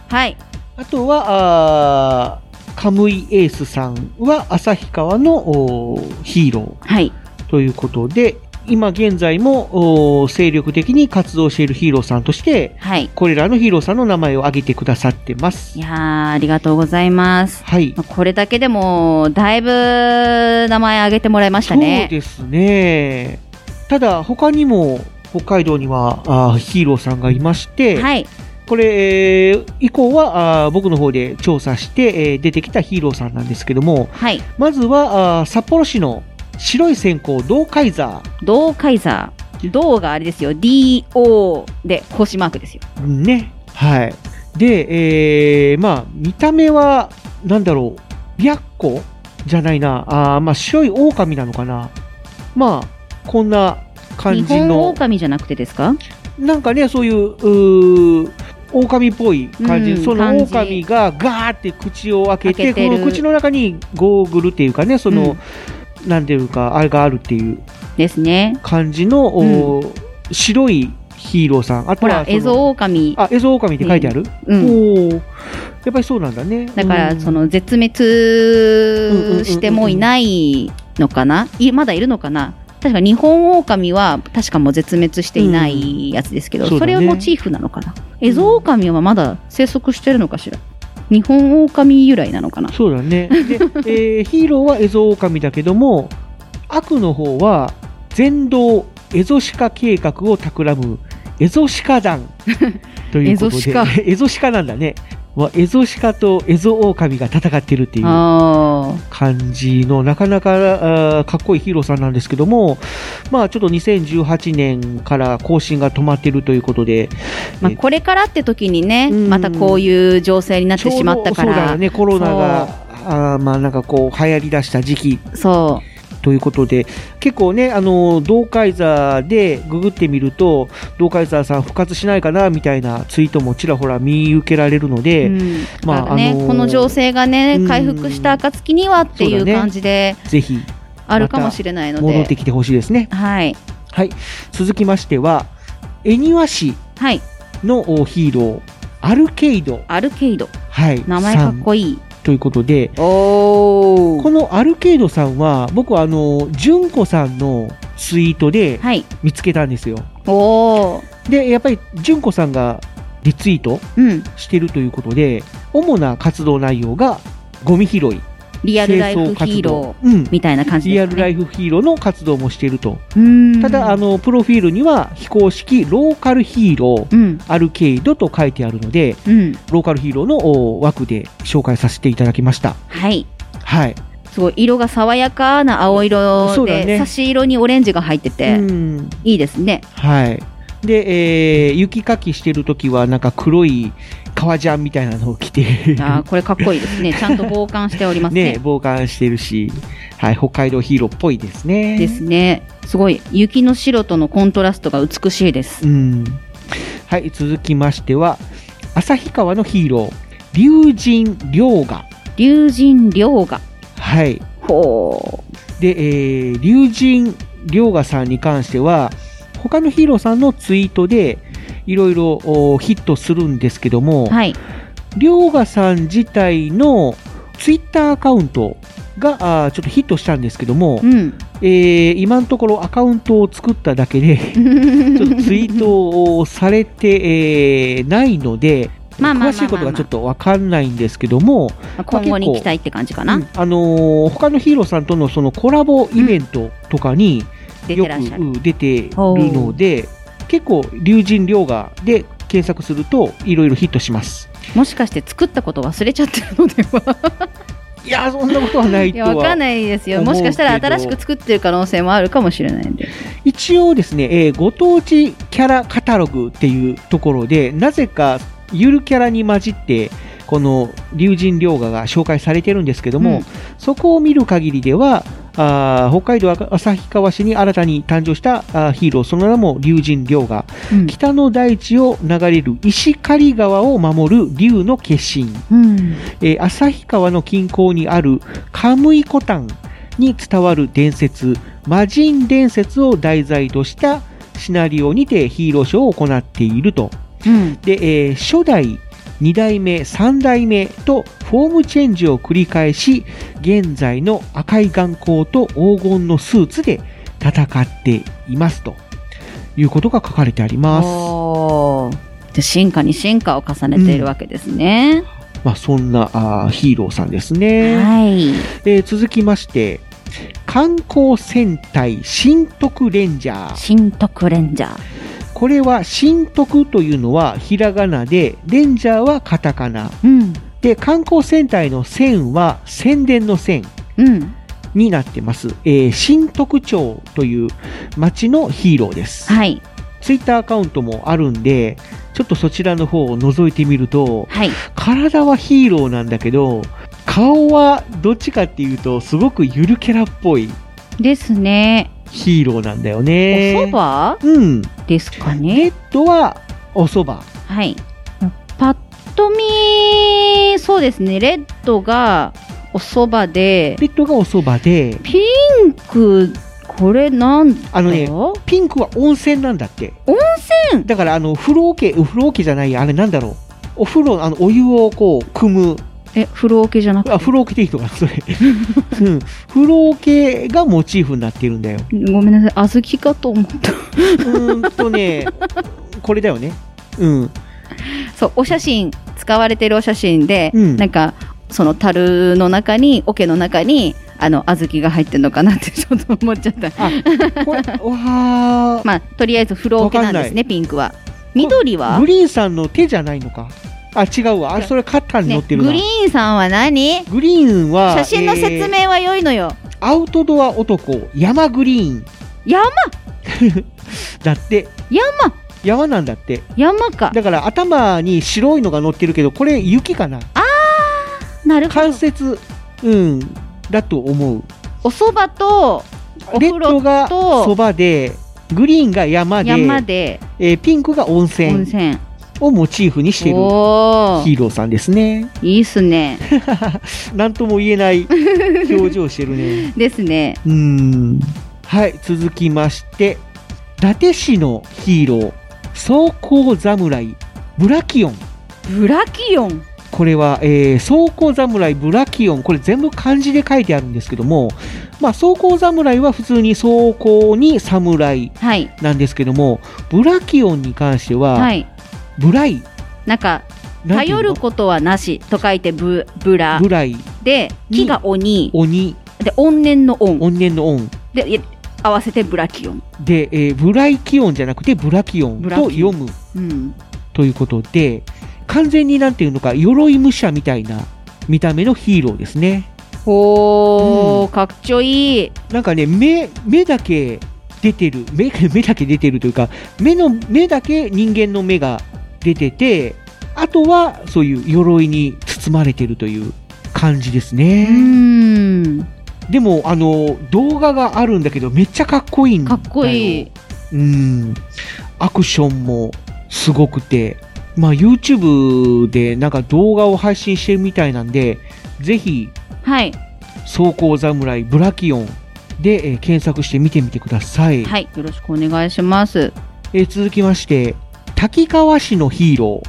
はい。
あとは、あーカムイエースさんは旭川のおーヒーロ
はい。
ーということで、今現在もおー精力的に活動しているヒーローさんとして、
はい。
これらのヒーローさんの名前を挙げてくださってます
い。やー、ありがとうございます。
はい。
まあこれだけでも、だいぶ、名前挙げてもらいました
そう
ね。
ですね。ただ、他にも北海道にはあーヒーローさんがいまして、
はい。
これ、えー以降はあー僕の方で調査して、えー出てきたヒーローさんなんですけども、
はい。
まずは、あー札幌市の白い線香銅カイザ
銅カイザー。銅があれですよ。DO で星マークですよ。
ー。ね。はい。で、えー、まあ、見た目は、なんだろう、白虎じゃないな。あーまあ、白い狼なのかな。まあ、こんな
日
感じ
本
の、
狼じゃなくてですか
なんかね、そういう、うー狼っぽい感じ、
うん
その
感じ
狼がガーって口を開けて
開けて
こ
る
の口の中にゴーグルっていうかね、その、なんていうか、あれがあるっていう
ですね。
感じの、おー白いヒーローさん。あと
ほ
は
ら、
その
エゾオオカミ。
あ、エゾオオカミって書いてある、
うん。
おーやっぱりそうなんだね。
だから、
うん
そ、の、絶滅してもいないのかないまだいるのかな確か、日本狼は、確かもう絶滅していないやつですけど、
うんそうだ
そ
ね
れをモチーフなのかなエゾオオカミはまだ生息してるのかしら日本狼由来なのかな
そうだね。で、えーヒーローはエゾオオカミだけども、悪の方は、全道エゾシカ計画を企むエゾシカ団ということで。
エゾシカ
エゾシカなんだね。はエゾシカとエゾオオカミが戦ってるっていう
あー
感じの、なかなかあーかっこいいヒーローさんなんですけども、まあちょっと2018年から更新が止まってるということで、
まあ、これからって時にね、またこういう情勢になってしまったか
そうだ
ら
よね、コロナが、あーまあなんかこう、流行り出した時期。ということで、結構ね、あの、道海座でググってみると、道海座さん復活しないかな、みたいなツイートもちらほら見受けられるので、
うんだ
ま
か
あ、
らね
あの
この情勢がね回復した暁にはってい
そううだね
感じで、
ぜひ、
あるかもしれないので
また戻ってきてほしいですね。
はい。
はい。続きましては、恵庭市のおヒーロー、アルケイド。
アルケイド。
はい。
名前かっこいい。
ということで、
こ
のアルケイドさんは、僕はあの、純子さんのツイートで見つけたんですよ。
お
で、やっぱり純子さんがリツイートしてるということで、主な活動内容がゴミ拾い。
リアルライフ
清掃活動
ヒーロー
うん
みたいな感じです
リ
か
ア
ね
ルライフヒーローの活動もしていると。
うん
ただあのプロフィールには非公式ローカルヒーロー、アルケイドと書いてあるので、
うん
ローカルヒーローのお枠で紹介させていただきました
はい
はい
すごい色が爽やかな青
そ
色
うだ
で、
ね
差し色にオレンジが入ってて、
うん
いいですね
はいで、えー雪かきしてる時はなんか黒い革ジャンみたいなのを着て
あーこれかっこいいですねちゃんと防寒しておりますね
ね防寒してるし、はい、北海道ヒーローっぽいです ね
ですねすごい雪の白とのコントラストが美しいです
うんはい続きましては旭川のヒーロー龍神涼河
龍神涼河
はい
ほ
うで、えー、龍神涼河さんに関しては他のヒーローさんのツイートでいろいろおヒットするんですけども、
はい、
涼河さん自体のツイッターアカウントがあーちょっとヒットしたんですけども、
嗯
うん
えー今のところアカウントを作っただ けでちょっとツイートをされて、えーないので、
まあまあまあまあまあ
詳しいことがちょっとわかんないんですけども、
まあ今後に期待ってて感じかな、
あのー他のヒーローさんとのそのコラボイベントとかに
出
よ
て
く
らっしゃる
うん出てるので、結構、龍神涼河で検索するといろいろヒットします。
もしかして作ったこと忘れちゃってるので
はいやそんなことはない
い
と
や
は
わかんないですよ
思う
もしかしたら
けど
新しく作ってる可能性もあるかもしれないんで
一応ですね、えーご当地キャラカタログっていうところで、なぜかゆるキャラに混じって、この龍神涼河が紹介されてるんですけども、
うん
そこを見る限りでは、あー北海道旭川市に新たに誕生したあーヒーロー、その名も龍神涼河、北の大地を流れる石狩川を守る龍の化身。
うん
えー旭川の近郊にあるカムイコタンに伝わる伝説魔人伝説を題材としたシナリオにてヒーローショーを行っていると、で、えー初代2代目3代目とフォームチェンジを繰り返し現在の赤い眼光と黄金のスーツで戦っていますということが書かれてあります。
おーじゃあ進化に進化を重ねているわけですね、
まあ、そんなあーヒーローさんですね。えー続きまして、観光戦隊新徳レンジャー。
新徳レンジャー。
これは新徳というのはひらがなで、レンジャーはカタカナ。で、観光戦隊の線は宣伝の線。になってます、えー新徳町という町のヒーローです。
はい。
ツイッターアカウントもあるんで、ちょっとそちらの方を覗いてみると、体はヒーローなんだけど、顔はどっちかっていうと、すごくゆるキャラっぽい
ですね
ヒーローなんだよね。
お蕎麦
うん。
ですかね
レッドはお蕎麦。
はいパッと見そうですねレッドがおそばで
レッドがお蕎麦で、
ピンクこれなん
あのね、ピンクは温泉なんだって。
温泉
だから、あの、風呂桶、風呂桶じゃない、あれなんだろう。お風呂、あの、お湯をこう、汲 む。
え、風呂桶じゃなく
てあ、風呂桶でいいのかな、それ。うん。風呂桶がモチーフになってるんだよ。
ごめんなさい小豆かと思った
うーんとね、これだよね。うん。
そうお写真使われてるお写真で、
うん
なんかその樽の中に桶の中にあの小豆が入ってるのかなってちょっと思っちゃった
ま
あとりあえず風呂桶なんですねピンクは緑は
グリーンさんの手じゃないのか。あ違うわあれそれカッタンに乗ってるな、
グリーンさんは何
グリーンは
写真の
え
説
ー
明は良いのよ。
アウトドア男山グリーン
山
だって
山
山なんだって
山か
だから頭に白いのが乗ってるけどこれ雪かな
あーなるほど
関節うんだと思う
お蕎麦とお
レ
風
ッド
呂
がそ
と
ばでグリーンが山で
山で
えーピンクが温泉
温泉
をモチーフにしてるヒ
おー
ーローさんですね
いいっすね
なんとも言えない表情してるね
ですね
うーんはい続きまして伊達市のヒーロー装甲侍ブラキオン
ブラキオン
これは、えー、装甲侍ブラキオン、これ全部漢字で書いてあるんですけども、まあ、装甲侍は普通に装甲に侍
はい
なんですけども、ブラキオンに関しては、
はい
ブライ、
なんか
なんていうの
頼ることはなしと書いてブブラ
ブライ、
で木が鬼
鬼、
で怨念の怨
怨念の怨。
でい合わせてブラキオン
で、えーブライキオンじゃなくてブラキオン
ブラキオ
と
ン
読む
うん
ということで、完全になんていうのか、鎧武者みたいな見た目のヒーローですね。
ほー、かっちょいい
なんかね、目、目だけ出てる、目、目だけ出てるというか、目の、目だけ人間の目が出てて、あとはそういう鎧に包まれてるという感じですね。
うん
でも、あの、動画があるんだけど、めっちゃかっこいいんだ
か
よ
っこいい
うん。アクションもすごくて、まあ YouTube でなんか動画を配信してるみたいなんで、ぜひ
はい
装甲侍ブラキオンで、えー検索して見てみてください、
はいよろしくお願いします
えー続きまして滝川市のヒーロ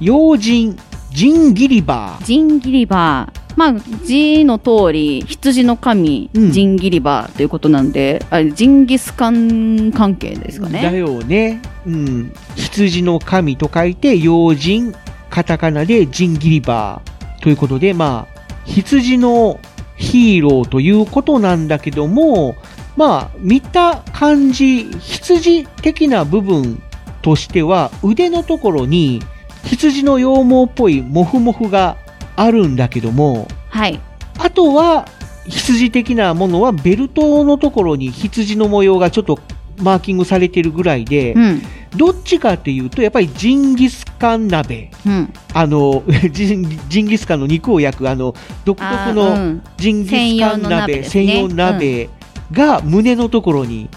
ー妖人ジンギリバー
ジンギリバー。まあ、字の通り、羊の神、ジンギリバーということなんで、あれジンギスカン関係ですか
だ
ね。
よね、うん、羊の神と書いて妖人カタカナでジンギリバーということでまあ羊のヒーローということなんだけどもまあ見た感じ羊的な部分としては腕のところに羊の羊毛っぽいモフモフがあるんだけども
はい。
あとは羊的なものはベルトのところに羊の模様がちょっとマーキングされてるぐらいで、
うん
どっちかっていうとやっぱりジンギスカン鍋
うん。
あの ジンジンギスカンの肉を焼くあの独特
あーう
の
ん
ジンギスカン
専
鍋専
用
用
の鍋
鍋が胸のところに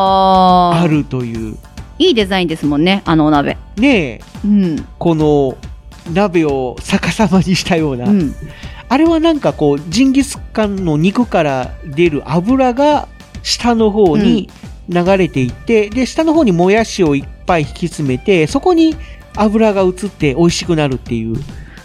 あー
あるという、
いいデザインですもんね、あのお鍋。
ねえ
うん。
この鍋を逆さまにしたような、
うん
あれはなんかこうジンギスカンの肉から出る油が下の方に流れていって、で下の方にもやしをいっぱい引き詰めてそこに油が移って美味しくなるっていう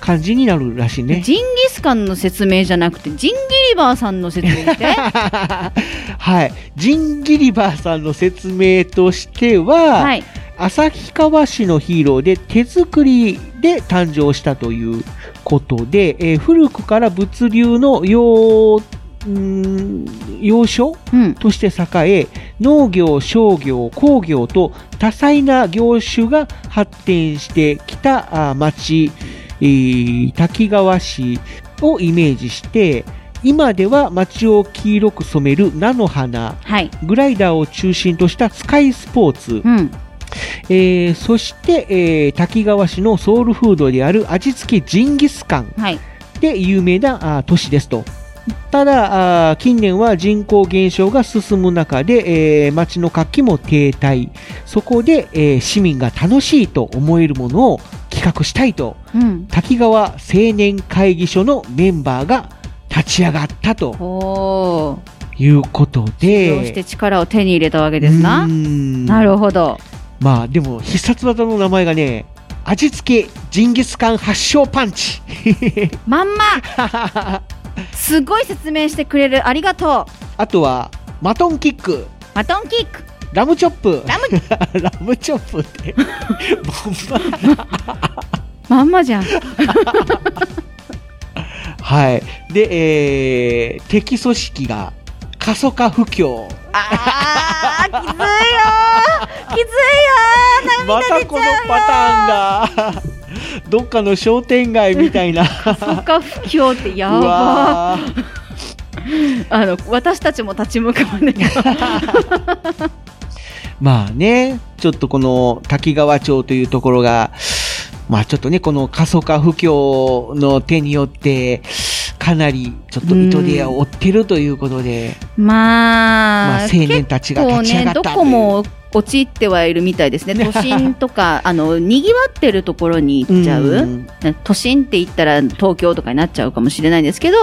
感じになるらしいね
ジンギスカンの説明じゃなくて、ジンギリバーさんの説明 して。
はいジンギリバーさんの説明としては、
はい
旭川市のヒーローで手作りで誕生したということで、えー古くから物流の要うん要所、として栄え農業商業工業と多彩な業種が発展してきたあ町、えー滝川市をイメージして今では街を黄色く染める菜の花、
はい
グライダーを中心としたスカイスポーツ、えーそして、えー滝川市のソウルフードである味付きジンギスカンで有名なあー都市ですと。ただ、あー近年は人口減少が進む中で、えー街の活気も停滞。そこで、えー市民が楽しいと思えるものを企画したいと、
うん
滝川青年会議所のメンバーが立ち上がった
と
いうこと
どうして
で、
力を手に入れたわけですな。なるほど。
まあでも必殺技の名前がね、味付けジンギスカン発祥パンチ。
ま んますごい説明してくれるありがとう
あとは、マトンキック。
マトンキック
ラムチョップ。 ラムチョップって。
まんま じゃん
はい。で、えー敵組織が過疎化不況。
あーきついよーきついよー
またこのパターンだ。 どっかの商店街みたいな
そっか不況ってや
う
ば
わ
あの私たちも立ち向かわね
まあね、ちょっとこの滝川町というところが、まあちょっとね、この過疎化不況の手によって、かなりちょっと糸でを追ってるということで、
まあ、
まあ青年たちが立ち上が
結構ね、
った
どこも陥ってはいるみたいですね、都心と か、あのにぎわってるところに行っちゃう、
うん
都心って言ったら東京とかになっちゃうかもしれないんですけど、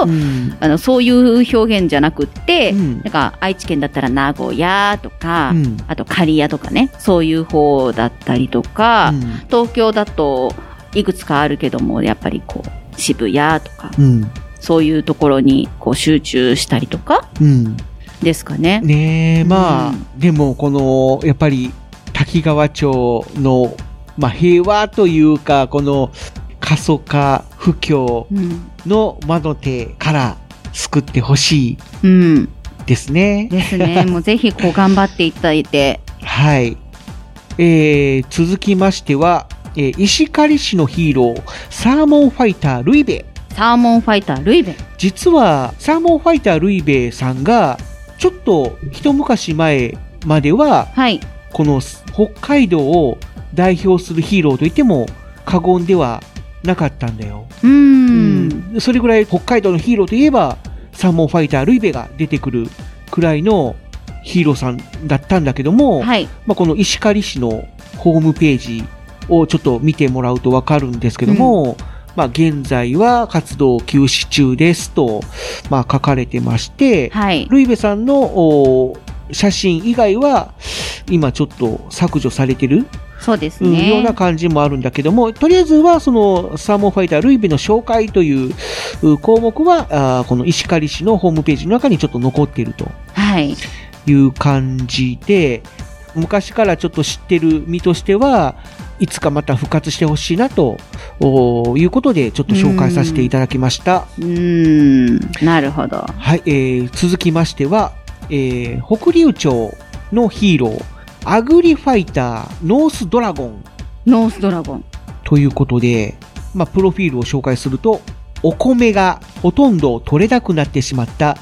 あのそういう表現じゃなくって、なんか愛知県だったら名古屋とか、
うん
あと刈谷とかね、そういう方だったりとか、東京だといくつかあるけども、やっぱりこう渋谷とか、
うん、
そういうところにこう集中したりとか
うん。
ですかね。
ねえ、まあ、でもこの、やっぱり滝川町の、まあ平和というか、この過疎化不況の魔の手から救ってほしい
うん
ですね。
です ね。もうぜひこう頑張っていただいて。
はい。えー続きましては、えー石狩市のヒーロー、サーモンファイタールイベ。
サーモンファイタールイベ。
実は、サーモンファイタールイベさんが、ちょっと一昔前までは、この北海道を代表するヒーローといっても過言ではなかったんだよ。うんそれぐらい北海道のヒーローといえば、サーモンファイタールイベが出てくるくらいのヒーローさんだったんだけども、まあ、この石狩市のホームページをちょっと見てもらうとわかるんですけども、まあ、現在は活動休止中ですと、まあ、書かれてまして、ルイベさんのお写真以外は、今ちょっと削除されてる
そうです
うんような
ね。
感じもあるんだけども、とりあえずはそのサーモンファイタールイベの紹介というう項目は、あーこの石狩市のホームページの中にちょっと残っていると
はい。
いう感じで、昔からちょっと知ってる身としては、いつかまた復活してほしいなとおーいうことで、ちょっと紹介させていただきました。
うん、なるほど。
はい、えー続きましては、えー北竜町のヒーロー、アグリファイター、ノースドラゴン。
ノースドラゴン。
ということで、まあ、プロフィールを紹介すると、お米がほとんど取れなくなってしまった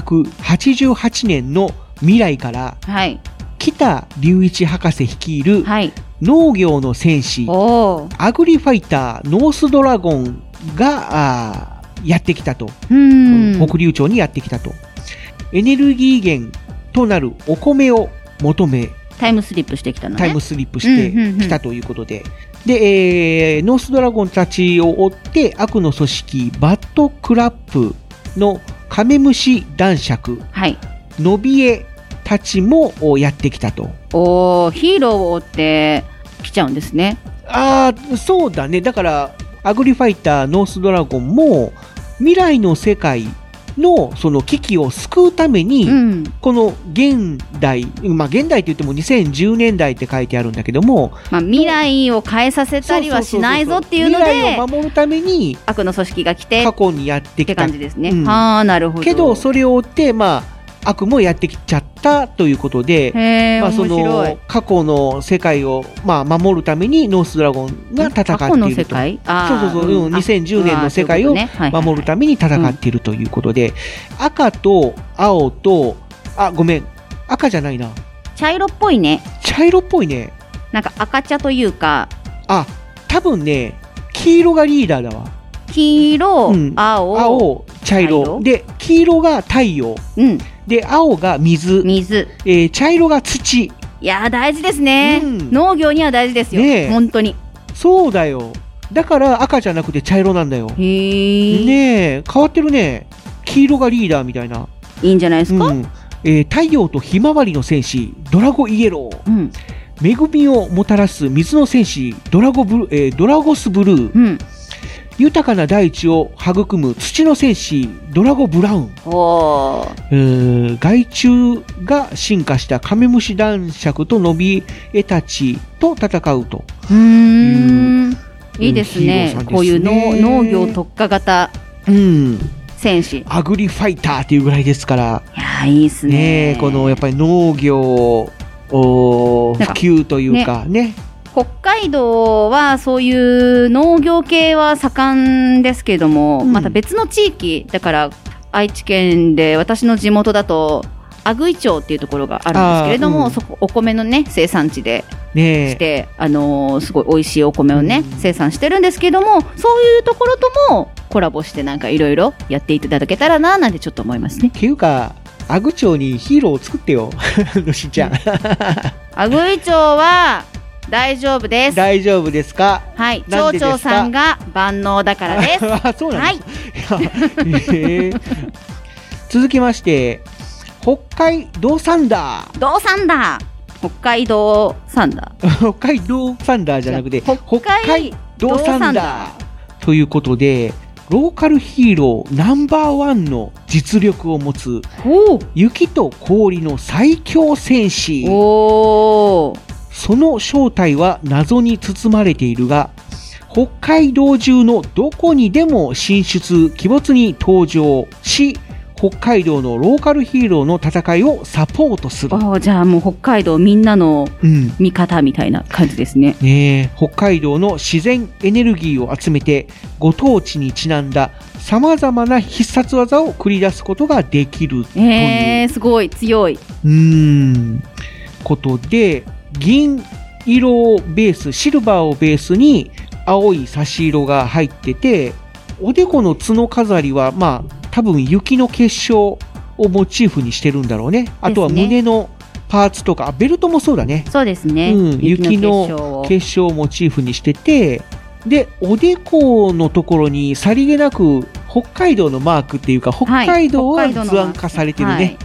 2188年の未来から、北隆一博士率いる農業の戦士、アグリファイターノースドラゴンがあーやってきたと。北竜町にやってきたと。エネルギー源となるお米を求め、
タイムスリップしてきたのね。
タイムスリップしてきたということで、で、えーノースドラゴンたちを追って悪の組織バットクラップのカメムシ男爵、ノビエたちもやってきたと。
おーヒーローを追ってきちゃうんですね。
ああ、そうだね。だから、アグリファイターノースドラゴンも、未来の世界のその危機を救うために、この現代、まあ現代って言っても2010年代って書いてあるんだけども、
まあ、未来を変えさせたりはしないぞっていうので、
そうそうそうそう未来を守るために
悪の組織が来て
過去にやってきた
って感じですね
うん
ああなるほど
けどそれを追ってまあ悪もやってきちゃったということ
へ
で
ー、
まあ、そ
面白い
の過去の世界を、まあ、守るためにノースドラゴンが戦っていると
過去の世界あー
そうそうそう、うん
あ
2010年の世界を
あーそういうことねはいはいはい
守るために戦っているということで、赤と青とあごめん赤じゃないな
茶色っぽいね。
茶色っぽいね
なんか赤茶というか
あ多分ね黄色がリーダーだわ
黄色、
うん
青
青茶色で黄色が太陽、で青が水
水、
えー茶色が土
いやー大事ですね、農業には大事ですよ、
ねえ
本当に
そうだよだから赤じゃなくて茶色なんだよへ
え
ねえ変わってるね黄色がリーダーみたいない
いんじゃないです
か、うんえー太陽とひまわりの戦士ドラゴイエロー、恵みをもたらす水の戦士ドラゴブル、えードラゴスブルー、豊かな大地を育む土の戦士ドラゴブラウン
おー
えー害虫が進化したカメムシ男爵とノビエたちと戦うと。
うーん
ん
いいです
ヒーローさ
ね
んですね
こういう農農業特化型
うん。
戦士
アグリファイターっていうぐらいですから。
いやーいいっすね
えこのやっぱり農業をおー
なん
普及というかね。
北海道はそういう農業系は盛んですけども、また別の地域だから愛知県で私の地元だと阿久比町っていうところがあるんですけれども、
あーうん
そこお米のね生産地で
ねえ
して、あのーすごい美味しいお米をね、生産してるんですけどもそういうところともコラボしてなんかいろいろやっていただけたらななんてちょっと思いますね。
っていうか、アグ町にヒーローを作ってよ、 のしん ちゃん。
阿久比町は大丈夫です。
大丈夫ですか
はい、
な
町
んでで
長
すか
さんが万能だからです。
あ、そう
なん
へえ続きまして、北海道サンダー。
道サンダー。北海道サンダー。
北海道サンダーじゃなくて、北海道サンダー。ということで、ローカルヒーローナンバーワンの実力を持つ、雪と氷の最強戦士。その正体は謎に包まれているが、北海道中のどこにでも進出、鬼没に登場し、北海道のローカルヒーローの戦いをサポートする。
おーじゃあもう北海道みんなの
うん
味方みたいな感じですね。
ねえ北海道の自然エネルギーを集めてご当地にちなんださまざまな必殺技を繰り出すことができるという、
えー、すごい強い。
うーんことで銀色をベースシルバーをベースに青い差し色が入ってておでこの角飾りはまあ多分雪の結晶をモチーフにしてるんだろうねあとは胸のパーツとか、あベルトもそうだね
そうですね。
うん、雪
結晶
の
を
結晶をモチーフにしててでおでこのところにさりげなく北海道のマークっていうか北
はい
海道は
北海道の
図案化されてるね、
はい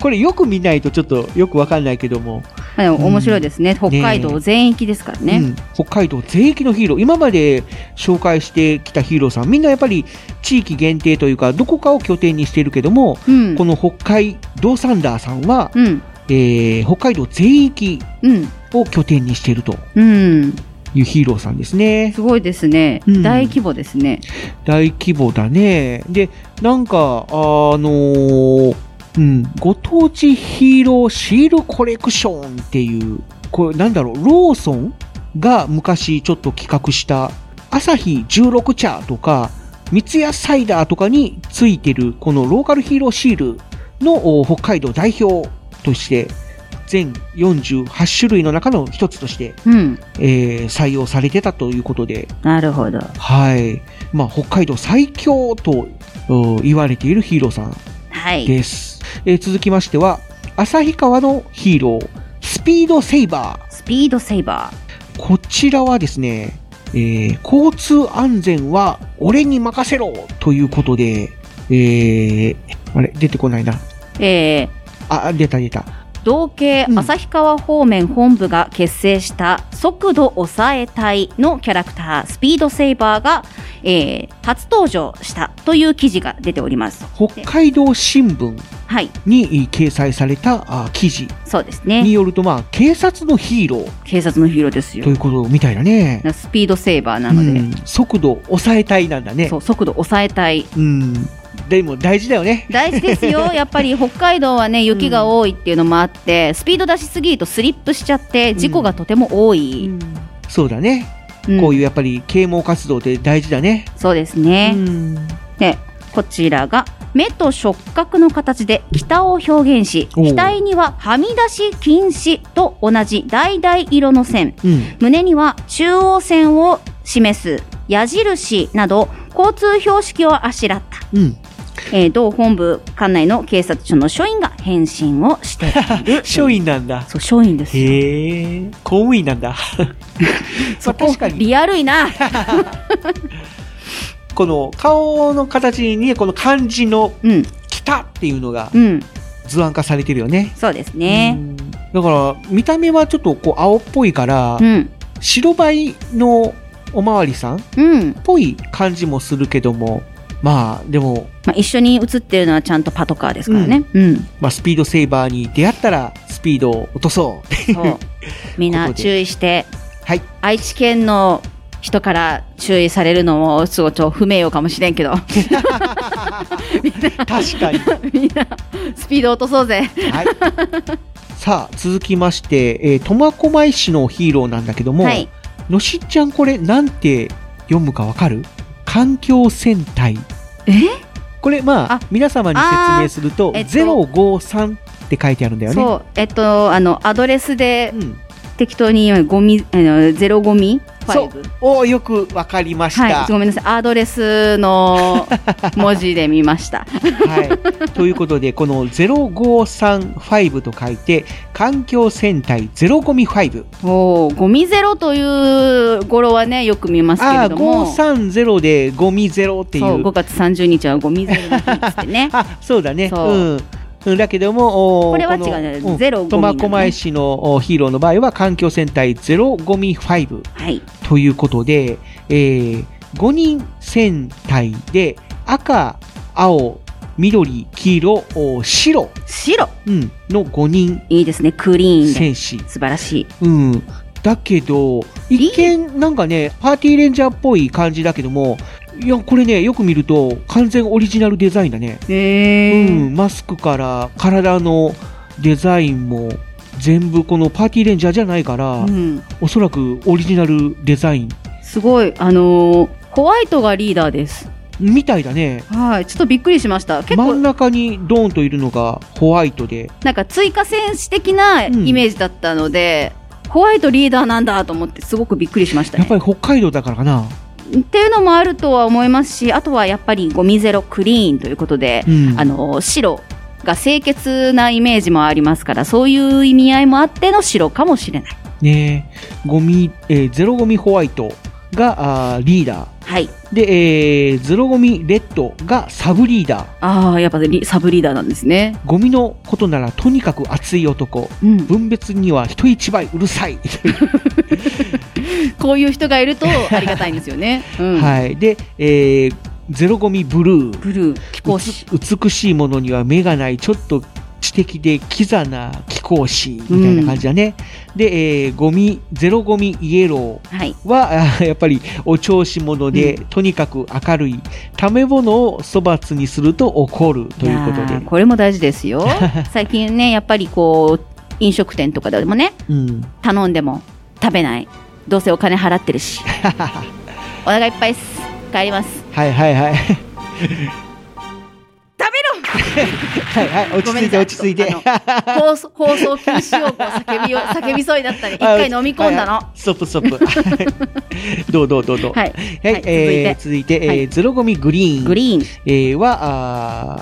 これよく見ないとちょっとよくわかんないけども、
まあでも面白いですね。北海道全域ですからね。
うん北海道全域のヒーロー今まで紹介してきたヒーローさんみんなやっぱり地域限定というかどこかを拠点にしてるけども、
うん
この北海道サンダーさんは、えー北海道全域を拠点にしてると
うん。
いうヒーローさんですね。
すごいですね。大規模ですね。
大規模だね。で、なんか、あのーうん、ご当地ヒーローシールコレクションっていう、これなんだろう、ローソンが昔ちょっと企画した、朝日16茶とか、三ツ矢サイダーとかについてる、このローカルヒーローシールのお北海道代表として、全48種類の中の一つとして、
うん。
えー採用されてたということで、
なるほど。
はい。まあ、北海道最強とうん言われているヒーローさん
はい。
です。えー続きましては、旭川のヒーロー、スピードセイバー。
スピードセイバ
ー。こちらはですね、えー交通安全は俺に任せろということで、えーあれ、出てこないな。
えー、
あ、出た出た。
道警旭川方面本部が結成した速度抑え隊のキャラクタースピードセイバーが、えー初登場したという記事が出ております。
北海道新聞
はい
に掲載されたあ記事
そうですね
によると、まあ、警察のヒーロー。
警察のヒーローですよ
ということみたいだね。
スピードセーバーなので、
うん速度抑えたいなんだね。
そう速度抑えたい。
うん。でも大事だよね。
大事です よやっぱり北海道はね雪が多いっていうのもあって、スピード出しすぎるとスリップしちゃって事故がとても多い、
そうだね。こういうやっぱり啓蒙活動って大事だね。
そうですね。で、こちらが目と触覚の形で北を表現し、
おう
額にははみ出し禁止と同じ橙色の線、
うん
胸には中央線を示す矢印など交通標識をあしらった。
うん。
えー同本部管内の警察署の署員が返信を している
署員なんだ。
そう、署員です
よ。へえ。公務員なんだ。
そこリアルい な
この顔の形にねこの漢字の北っていうのが
うん
図案化されてるよね。
そうですね
だから見た目はちょっとこう青っぽいから、
うん
白バイのおまわりさんっぽい感じもするけども、まあでも、
まあ、一緒に写ってるのはちゃんとパトカーですからね、
まあ、スピードセーバーに出会ったらスピードを落とそうっていう
そうみんな注意して、愛知県の人から注意されるのもすごいちょっと不名誉かもしれんけ ど
確かに
スピード落とそうぜ、
さあ、続きまして、えー苫小牧市のヒーローなんだけども、
はい
のしっちゃんこれなんて読むかわかる環境戦隊。
え
これまあ皆様に説明すると、
あーえっと
053って書いてあるんだ よね。
そう、えっと、あの、アドレスで、適当に、ゴミ、あの、ゼロゴミ
そうおーよくわかりました。
はい、ごめんなさい。アドレス の文字で見ました。
ということで、この0535と書いて、環境戦隊ゼロゴミ5。
おゴミゼロという語呂はね、よく見ますけ
あ
れど
ー、
も。
530でゴミゼロっていう。
そう、5月30日はゴミゼロの日っつってね。
あ、そうだね。
そう
うんうん。だけども、おー
これは違う
の
ねゼロゴミなのね
苫小牧市のおーヒーローの場合は、環境戦隊ゼロゴミ5。
はい。
ということで、えー、5人戦隊で、赤、青、緑、黄色、おー白。
白
うん。の5人。
いいですね。クリーンで。
戦士。
素晴らしい。
うん。だけど、一見なんかね、パーティーレンジャーっぽい感じだけども、いや、これね、よく見ると完全オリジナルデザインだね。うん、マスクから体のデザインも全部このパーティーレンジャーじゃないから、
うん
おそらくオリジナルデザイン
すごい、あのーホワイトがリーダーです。
みたいだね。
はい、ちょっとびっくりしました。結
真ん
構、
中にドーンといるのがホワイトで、
なんか追加戦士的なイメージだったので、ホワイトリーダーなんだと思って、すごくびっくりしました
やっぱり北海道だからかな。
っていうのもあるとは思いますしあとはやっぱりゴミゼロクリーンということで、
うん
あの白が清潔なイメージもありますからそういう意味合いもあっての白かもし れない
ねえゴミ、えーゼロゴミホワイトがあーリーダー。
はい。
で、えーゼロゴミレッドがサブリーダー。
ああやっぱりサブリーダーなんですね
ゴミのことならとにかく熱い男。分別には人一倍うるさい。
こういう人がいるとありがたいんですよね、うん
はい。で、えーゼロゴミブルー。
ブルー、気
候美しいものには目がない、ちょっと知的でキザな気候子みたいな感じだね。で、えーゴミ、ゼロゴミイエローは、あやっぱりお調子者で、とにかく明るい、ため物を粗末にすると怒るということ
いや
で
ー。これも大事ですよ最近ねやっぱりこう飲食店とかでもね
うん。
頼んでも食べないどうせお金払ってる しお腹いっぱいです帰ります
はいはいはい。
食べろ
はいはい、落ち着いて落ち着いて。
放送放送禁止用語を叫び よ叫びそうになったり一回飲み込んだ
はいは
の
いストップストップ。 どうどうどうどう。
はいはい
えー続いて、え
はい
ーゼロゴミグリーン。
グリーン。
えーは、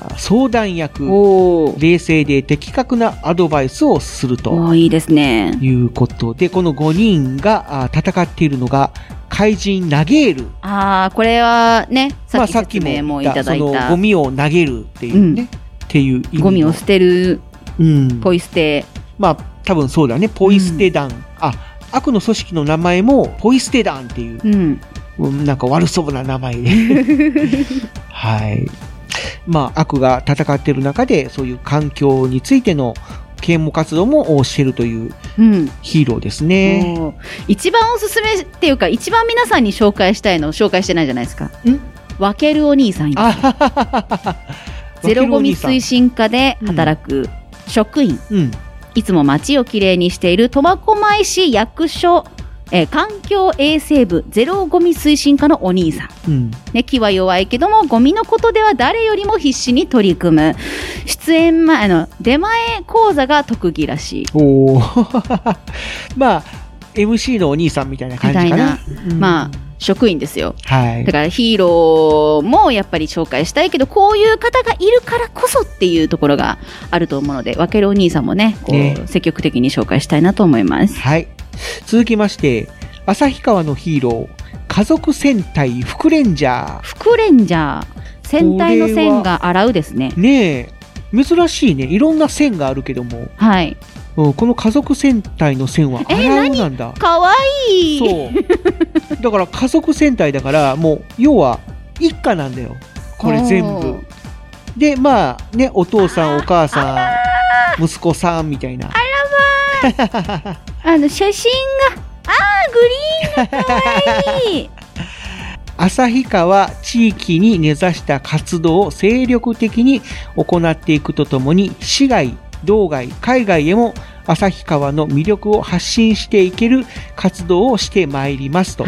あー相談役。冷静で的確なアドバイスをすると。
いいですね。
いうことで、この5人があー戦っているのが、怪人投げる。
ああこれはねさっき説明もい
言った
だい
その
た
ゴミを投げるっていうね。っていう意味の
ゴミを捨てる、
うん、
ポイ捨て
まあ多分そうだねポイ捨て団、あ悪の組織の名前もポイ捨て団っていう、
うん
うんなんか悪そうな名前で はいまあ悪が戦ってる中でそういう環境についての啓蒙活動もしてるという
うん
ヒーローですね、
おー一番おすすめっていうか一番皆さんに紹介したいの紹介してないじゃないですか分けるお兄さんいますゼロゴミ推進課で働く職員、
うん
いつも街をきれいにしている苫小牧市役所、えー環境衛生部ゼロゴミ推進課のお兄さん
うん
ね、気は弱いけどもゴミのことでは誰よりも必死に取り組む出演前あの出前講座が特技らしい
おお まあ MC のお兄さんみたいな感
み
じ
たい
かな
な、まあ職員ですよ
はい
だからヒーローもやっぱり紹介したいけどこういう方がいるからこそっていうところがあると思うので分けるお兄さんもねこう
ね
積極的に紹介したいなと思います
はい。続きまして、旭川のヒーロー、家族戦隊副レンジャー。
副レンジャー戦隊の線が洗うですね
ねえ、珍しいね。いろんな線があるけども、
はい
うんこの家族戦隊の線は
えー
洗うなんだ。
かわいい
そうだから家族戦隊だから、もう、要は、一家なんだよ。これ全
お
部。で、まあ、ね、お父さん、お母さん、息子さんみたいな。
あの写真があーグリーンがかわい い
旭川地域に根ざした活動を精力的に行っていくとともに市外道外海外へも旭川の魅力を発信していける活動をしてまいりますと。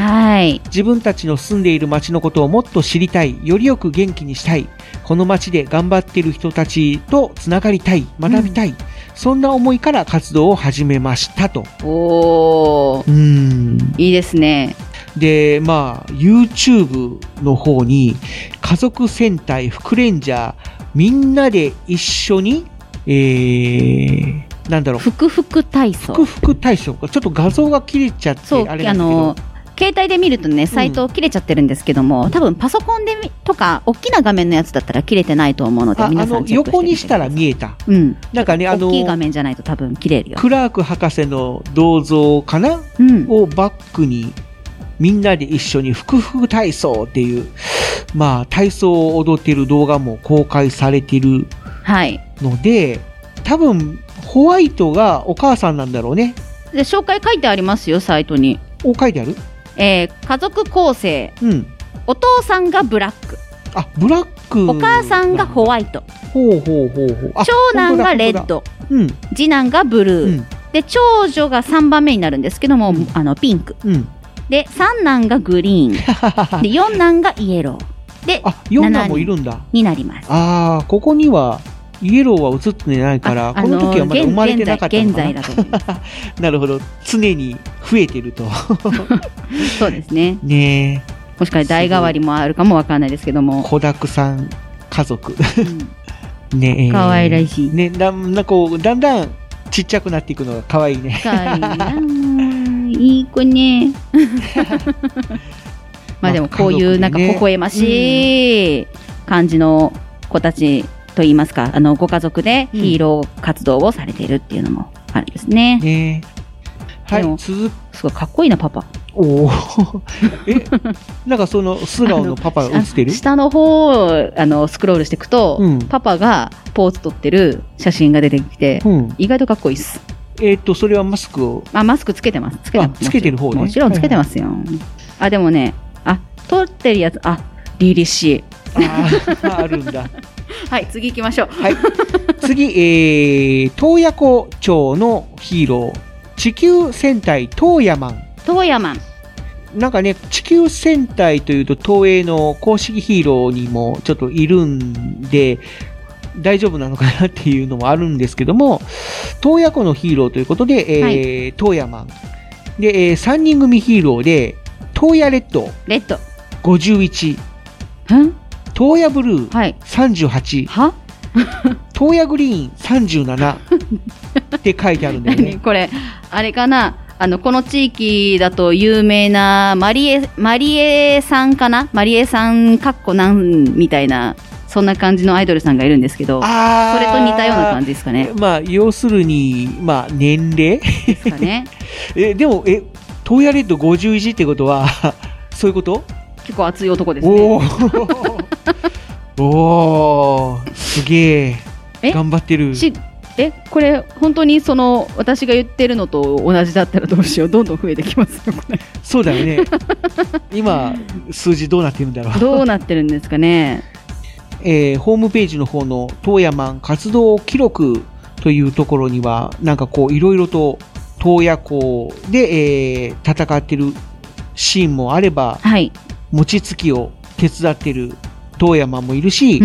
自分たちの住んでいる町のことをもっと知りたい、よりよく元気にしたい、この町で頑張っている人たちとつながりたい、学びたい、そんな思いから活動を始めましたと。
おー。いいですね。
で、まあ、YouTube の方に、家族戦隊、副レンジャー、みんなで一緒に、えー、なんだろう。ふ
くふく体操。
ふくふく体操か。ちょっと画像が切れちゃって、
そう、
あれな
あ
んですけど。
の、携帯で見るとね、サイト切れちゃってるんですけども、多分パソコンでみとか、大きな画面のやつだったら切れてないと思うので、
あ
皆
あ
さん
の
チェックして
横にしたら見えた。
うん。
なんかね、あの
大きい画面じゃないと多分切れるよ。
クラーク博士の銅像かな、をバックに、みんなで一緒にふくふく体操っていう、まあ、体操を踊ってる動画も公開されてるので、多分、ホワイトがお母さんなんだろうね。
で、紹介書いてありますよ、サイトに。
お、書いてある
えー家族構成。
うん。
お父さんがブラック。
あ、ブラック。
お母さんがホワイト。
ほうほうほうほう。あ
長男がレッ。
本当だ
ド。
本当だ
次男がブルー。で、長女が3番目になるんですけども、あの、ピンク。
うん。うん。
で、三男がグリーン。 で、四男がイエロー。で、
四男もいるんだ。
になります。
ああ、ここには、イエローは映ってないから、
あ
この時はまだ
現
生まれてなかったのかな
現在現在だと思いま
なるほど。常に増えてると。
す。そうですね。
ねえ。
もしかしたら代替わりもあるかもわかんないですけども。
子だくさん家族。ねえ。
可愛ら
しい。ね、だんだんこう、だんだんちっちゃくなっていくのが可愛いね。
可愛いな。いい子 ね。まあでもこういうなんか微笑ましい感じの子たちといいますか、あの、ご家族でヒーロー活動をされているっていうのもあるんですね。
ねはい、続
すごいかっこいいな、パパ。
おお。え、なんかその素顔のパパが映ってる
下の方をあのスクロールしていくと、
うん
パパがポーズ取ってる写真が出てきて、
うん
意外とかっこいいっす。
えーっと、それはマスクを。
あ、マスクつけてます。つけてます。
あつけてる方ね
もちろんつけてますよ。あ、でもね、あ、撮ってるやつ、あ、凛々しい。
あるんだ。
はい、次行きましょう。
はい。次、えー、洞爺湖町のヒーロー、地球戦隊東野マン。
東野マン。
なんかね、地球戦隊というと東映の公式ヒーローにもちょっといるんで、大丈夫なのかなっていうのもあるんですけども、洞爺湖のヒーローということで、えー東野マン。で、え3人組ヒーローで、東野レッド。
レッド。
51。
ん
東野ブルー。
はい。
38。
は
東野グリーン37。って書いてあるんだよね。
これ、あれかな、あの、この地域だと有名なマリエ、マリエさんかなマリエさんかっこなんみたいな、そんな感じのアイドルさんがいるんですけど、そ
あー
れと似たような感じですかね。
まあ、要するに、まあ、年齢です
かね。
え、でも、え、東野レッド51ってことは、 そういうこと
結構熱い男です
ね。お おーすげえ。
え
頑張ってる。
しえ、これ、本当にその、私が言ってるのと同じだったらどうしよう。どんどん増えてきますよ、これ。
そうだ よね。今、数字どうなってるんだろう。
どうなってるんですかね。
えーホームページの方の、東野マン活動記録というところには、なんかこう、いろいろと、東野校で、えー戦ってるシーンもあれば、餅つきを手伝ってる東野マンもいるし、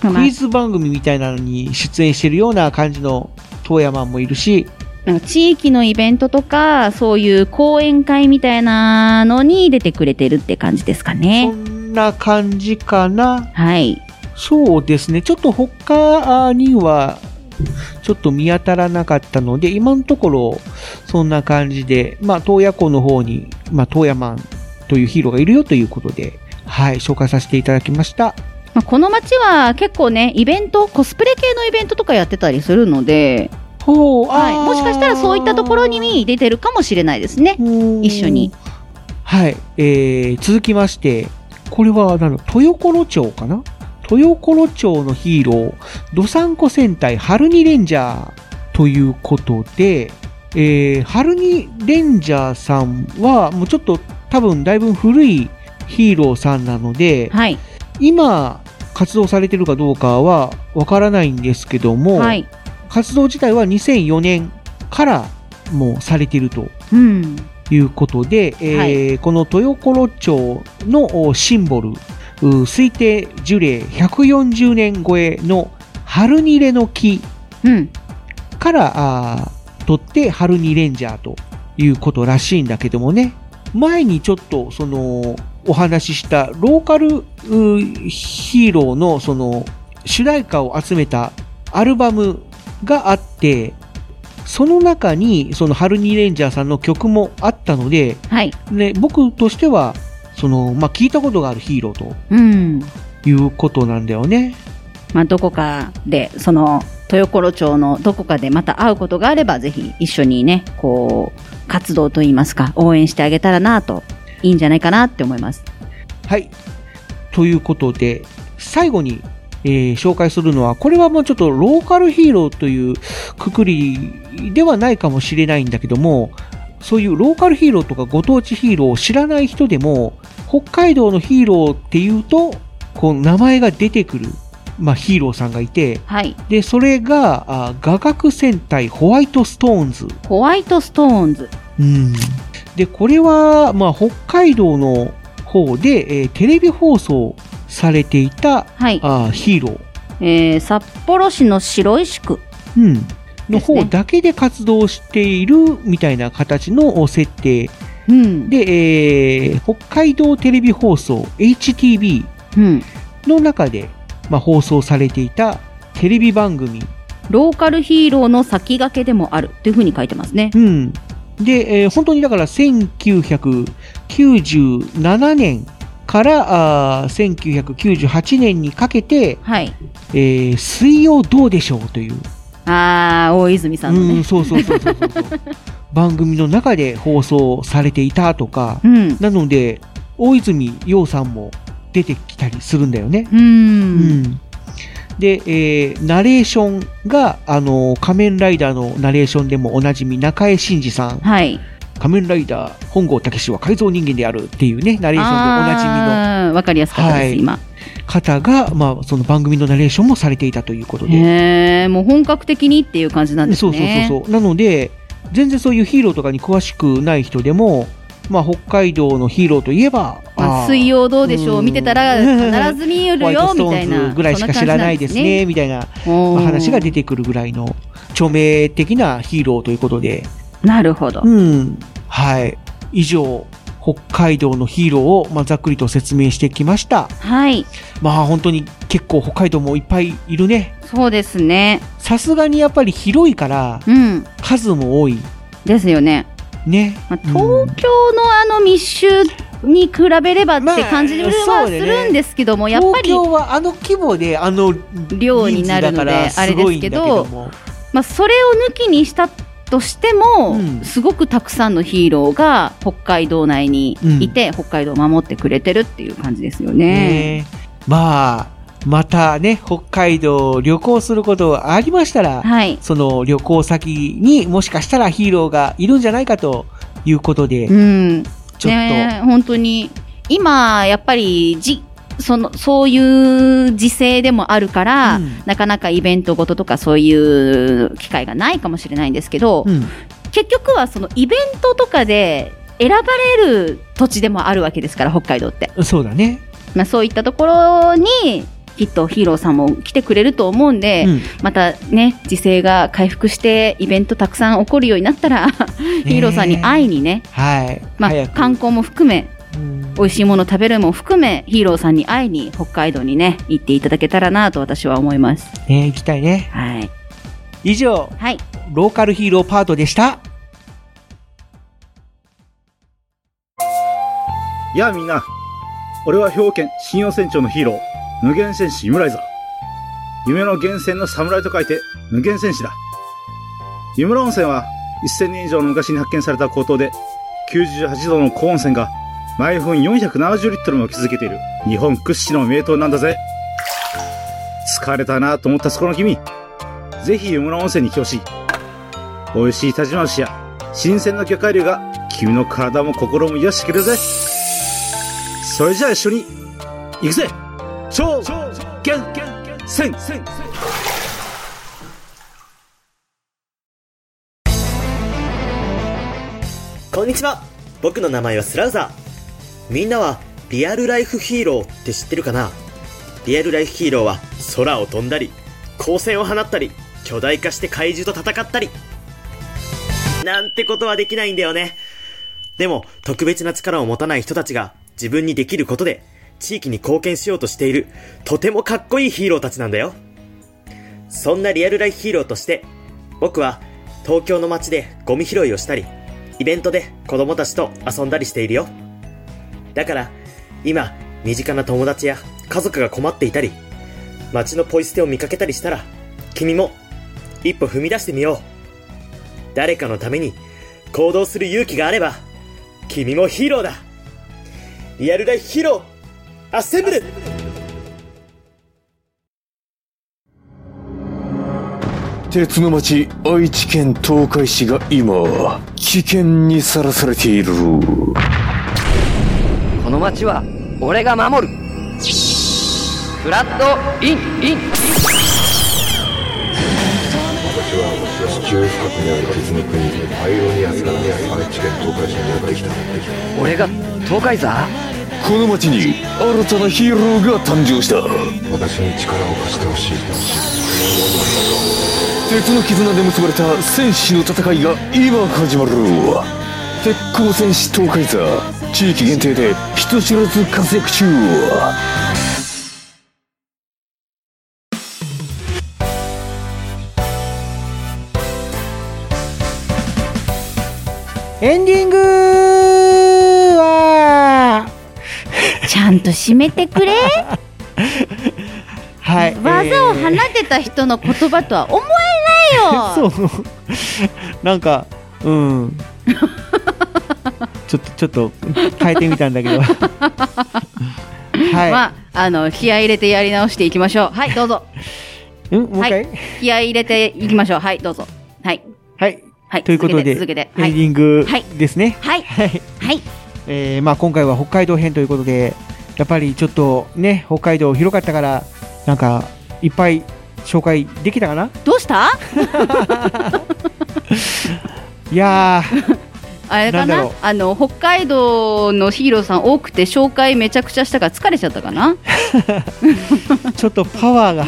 クイズ番組みたいなのに出演してるような感じの東野マンもいるし、
なんか地域のイベントとか、そういう講演会みたいなのに出てくれてるって感じですかね。
こんな感じかな。
はい。
そうですね。ちょっと他には、ちょっと見当たらなかったので、今のところ、そんな感じで、まあ、東野湖の方に、まあ、東野マンというヒーローがいるよということで、はい、紹介させていただきました。
まあ、この街は結構ね、イベント、コスプレ系のイベントとかやってたりするので、はい、もしかしたらそういったところに出てるかもしれないですね。一緒に。
はい、えー、続きまして、これは、なの、豊頃町かな豊頃町のヒーロー、ドサンコ戦隊、ハルニレンジャーということで、えー、ハルニレンジャーさんは、もうちょっと多分だいぶ古いヒーローさんなので、今、活動されてるかどうかはわからないんですけども、
はい
活動自体は2004年からもうされていると
うん。
いうことで、えー
はい
この豊頃町のおシンボル、う推定樹齢140年超えの春にれの木から、あー取って春にレンジャーということらしいんだけどもね、前にちょっとそのお話ししたローカルうーヒーローのその主題歌を集めたアルバムがあって、その中に、その、ハルニーレンジャーさんの曲もあったので、ね、僕としては、その、まあ、聞いたことがあるヒーロー
うん。
ということなんだよね。
まあ、どこかで、その、豊頃町のどこかでまた会うことがあれば、ぜひ一緒にね、こう、活動といいますか、応援してあげたらなと、いいんじゃないかなって思います。
はい。ということで、最後に、えー紹介するのは、これはもうちょっとローカルヒーローというくくりではないかもしれないんだけども、そういうローカルヒーローとかご当地ヒーローを知らない人でも、北海道のヒーローっていうと、こう名前が出てくる、まあ、ヒーローさんがいて、
はい。
で、それが、あ画角戦隊ホワイトストーンズ。
ホワイトストーンズ。
うん。で、これは、まあ、北海道の方で、えーテレビ放送されていた、
はい
あーヒーロー。
えー、札幌市の白石区。
うん。の方だけで活動しているみたいな形のお設定。で、えー北海道テレビ放送 HTB の中で、まあ、放送されていたテレビ番組
ローカルヒーローの先駆けでもあるというふうに書いてますね。
うん。で、えー本当にだから1997年からあー1998年にかけて、えー水曜どうでしょうという
あー、大泉さんの
う
ね。
んそうそうそうそうそう番組の中で放送されていたとか、
うん
なので、大泉洋さんも出てきたりするんだよね。うんで、えーナレーションが、あのー仮面ライダーのナレーションでもおなじみ、中江真司さん。仮面ライダー、本郷武史は改造人間であるっていうね、ナレーションでおなじみの。
あーわかりやすかったです、
はい
今。
方が、まあ、その番組のナレーションもされていたということで。
へー、もう本格的にっていう感じなんですね。
そうそうそうそうなので全然そういうヒーローとかに詳しくない人でも、まあ、北海道のヒーローといえば「
まあ
あー
水曜どうでしょう見てたら必ず見え
ホワ
る
イト
よ
スト
みた
ー
い
ンズ
な
ぐらいしか知らないですねみたいな
おー
まあ話が出てくるぐらいの著名的なヒーローということで
なるほど、
うんはい、以上北海道のヒーローを、まあ、ざっくりと説明してきました
はい
まあ本当に結構北海道もいっぱいいるね
そうですね
さすがにやっぱり広いから、
うん
数も多い
ですよね
ね、
東京のあの密集に比べればって感じるはするんですけども、やっぱり
東京はあの規模であの
量になるので
人数だから
あれですけ
すごい
ど
んだけども
まあ、それを抜きにしたとしても、すごくたくさんのヒーローが北海道内にいて、北海道を守ってくれてるっていう感じですよね。
ねまあまたね北海道旅行することがありましたら、
はい
その旅行先にもしかしたらヒーローがいるんじゃないかということで、
うん、
ちょっと、
ね本当に今やっぱりじそのそういう時勢でもあるから、なかなかイベントごととかそういう機会がないかもしれないんですけど、結局はそのイベントとかで選ばれる土地でもあるわけですから北海道って、
そうだね
まあ、そういったところにきっとヒーローさんも来てくれると思うんで、
うん
またね時勢が回復してイベントたくさん起こるようになった ら、ヒーローさんに会いにね
はい、
まあ、観光も含め、美味しいもの食べるも含め、ヒーローさんに会いに北海道にね、行っていただけたらなと私は思います。
ね行きたいね
はい
以上、
はい、
ローカルヒーローパートでした
やあみんな、俺は兵庫県信用船長のヒーロー、無限戦士イムライザー。夢の源泉の侍と書いて、無限戦士だ。湯村温泉は、1000年以上の昔に発見された高騰で、98度の高温泉が、毎分470リットルも吹き続けている、日本屈指の名湯なんだぜ。疲れたなと思ったそこの君、ぜひ湯村温泉に来てほしい。美味しい田島牛や、新鮮な魚介類が、君の体も心も癒してくれるぜ。それじゃあ一緒に行くぜ超限戦
こんにちは僕の名前はスラウザーみんなはリアルライフヒーローって知ってるかなリアルライフヒーローは空を飛んだり光線を放ったり巨大化して怪獣と戦ったりなんてことはできないんだよねでも特別な力を持たない人たちが自分にできることで地域に貢献しようとしているとてもかっこいいヒーローたちなんだよそんなリアルライフヒーローとして僕は東京の街でゴミ拾いをしたりイベントで子供たちと遊んだりしているよだから今身近な友達や家族が困っていたり街のポイ捨てを見かけたりしたら君も一歩踏み出してみよう誰かのために行動する勇気があれば君もヒーローだリアルライフヒーローアッセンブル
鉄の町愛知県東海市が今危険にさらされている
この街は俺が守るフラットインイン
私は私は地中深くにある鉄の国パイオニアスから愛知県東海市にやってきた
俺が東海座
この町に新たなヒーローが誕生した
私に力を貸してほしい
鉄の絆で結ばれた戦士の戦いが今始まる鉄鋼戦士東海座地域限定で人知らず活躍中
エンディングは
ちゃんと締めて くれ
はい
技を
え
放
ー
てた人の言葉とは思えないよ
そうなんかうん ちょっとちょっと変えてみたんだけ どはい
まああの気合い入れてやり直していきましょうはいどうぞ
うんもう一回、
はい、気合い入れていきましょうはいどうぞはい
はい、
はい、
ということで
続けて続けては
エン
い
ディングですね、
はいはい、
えーまあ、今回は北海道編ということでやっぱりちょっとね北海道広かったからなんかいっぱい紹介できたかな
どうした
いや ー
あれか
なんだ
な
ろう
あの北海道のヒーローさん多くて紹介めちゃくちゃしたから疲れちゃったか な
ちょっとパワーが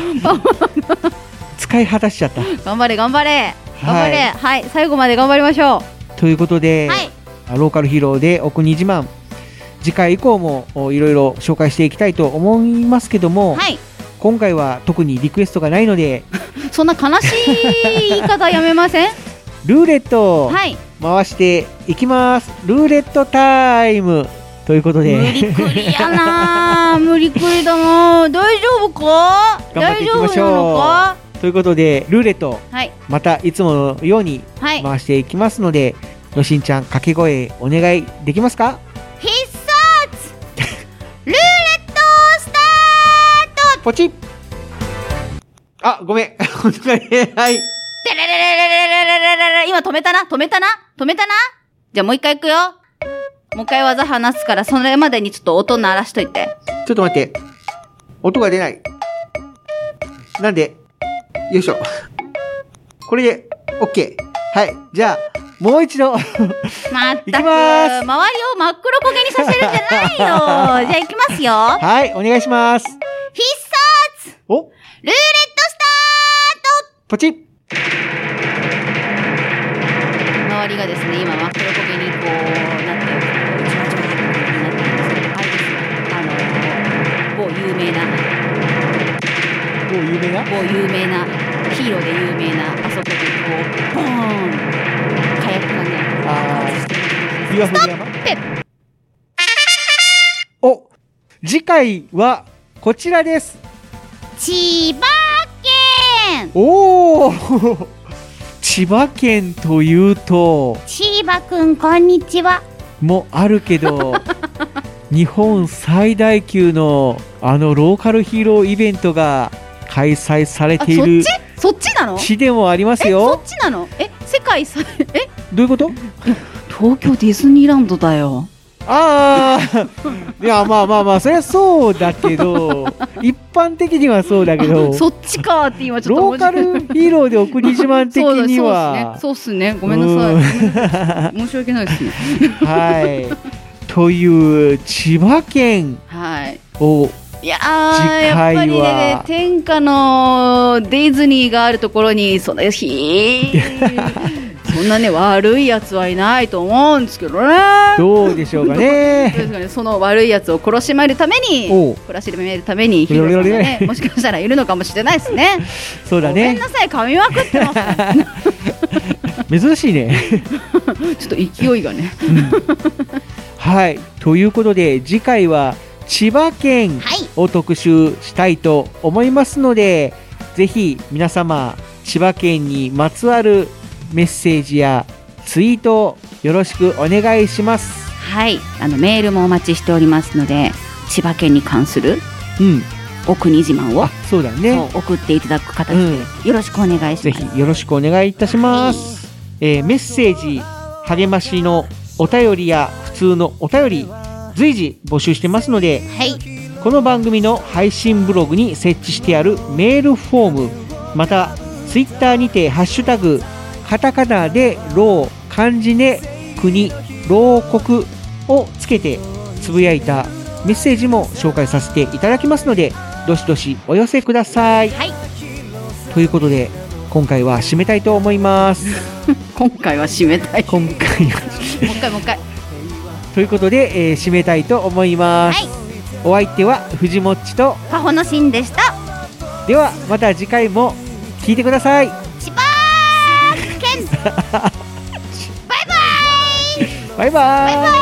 使い果たしちゃった
頑張れ頑張れ頑張れはい、最後まで頑張りましょう
ということで、
はい
ローカルヒーローでお国自慢次回以降もおいろいろ紹介していきたいと思いますけども、
はい
今回は特にリクエストがないので
そんな悲しい言い方やめま せん
ルーレットを
はい
回していきます、ルーレットタイムということで
いやなあ無理くりだなあ大丈夫か
頑張って
大
い
丈
き
夫
まし
なの
ょ
か
うということでルーレット
はい
またいつものように
はい
回していきますので、よしんちゃん掛け声お願いできますか
必殺ルーレットスタート
ポチッあごめん お願
てれ
いはい
れれれれれれれれれ今止めたな止めたな止めたなじゃあもう一回いくよもう一回技放すからそれまでにちょっと音鳴らしといて
ちょっと待って。音が出ない。なんで、よいしょ。これで、OK。はい。じゃあ、もう一度。
まったく
きます
周りを真っ黒焦げにさせるんじゃないよじゃあいきますよ
はい、お願いします。
必殺
お
ルーレットス
ポチッ
タート周りがですね今真っ黒焦げにこうなってるチワチワになってるんですけどあれですよあの某有名な
某有名な
某有名なヒーローで有名なあそこでこうボーン火薬がね
あー、岩船山
ペッ
お次回は、こちらです。
千葉県
おー千葉県というと、
千葉くんこんにちは
もあるけど 日本最大級のあのローカルヒーローイベントが開催され
あ
ている
そっちそっちなの
地でもあります
えそ
よ
っちなのえ世界最え
どういうこと
東京ディズニーランドだよ
ああいやまあまあまあそりゃそうだ けど一般的にはそうだけど
そっちかーって今ちょっと思
ロ
っ
ー
ちゃ
カ
う
ルヒーローで送り自慢的には
そうですねそうっすねごめんなさいごめんなさい申し訳ないですね
はいという千葉県
はい
を
いやー
次回
や
は
っぱりね天下のディズニーがあるところにそのひそんなね悪いやつはいないと思うんですけどね
どうでしょうかね
そうですかねその悪いやつを懲らしめるために
おう
懲らしめるためにヒーローさんがねもしかしたらいるのかもしれないですね
そうだ
ごめん
ね
なさい噛みまくって ます
珍しいね
ちょっと勢いがね
はい、ということで次回は千葉県を特集したいと思いますので、ぜひ皆様千葉県にまつわるメッセージやツイートをよろしくお願いします。
はい、あのメールもお待ちしておりますので、千葉県に関する、
うん、
お国自慢を、
そうだね
そう送っていただく形
うん
でよろしくお願いします。
ぜひよろしくお願いいたします。えーメッセージ、励ましのお便りや普通のお便り、随時募集してますので、この番組の配信ブログに設置してあるメールフォーム、また、ツイッターにてハッシュタグ、カタカナでロー、漢字で国、牢国をつけてつぶやいたメッセージも紹介させていただきますので、どしどしお寄せください。ということで今回は締めたいと思います
今回は締めたい
今回は
もう一回もう一回。
ということで、えー締めたいと思います、お相手は藤もっちと
パホのシンでした。
ではまた次回も聞いてください
千葉県。バイバイ。
バ
バイ
イバイ
バイ。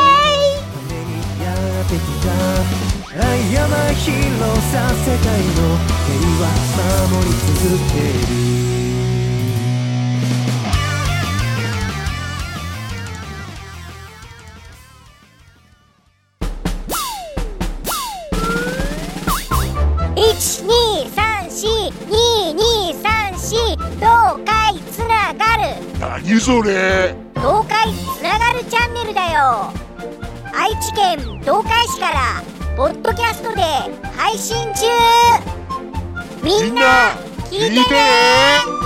「山広さ世界の平和守り続ける」
12342234東海つながる
何それ
東海つながるチャンネルだよ愛知県東海市からポッドキャストで配信中みんな聞いてね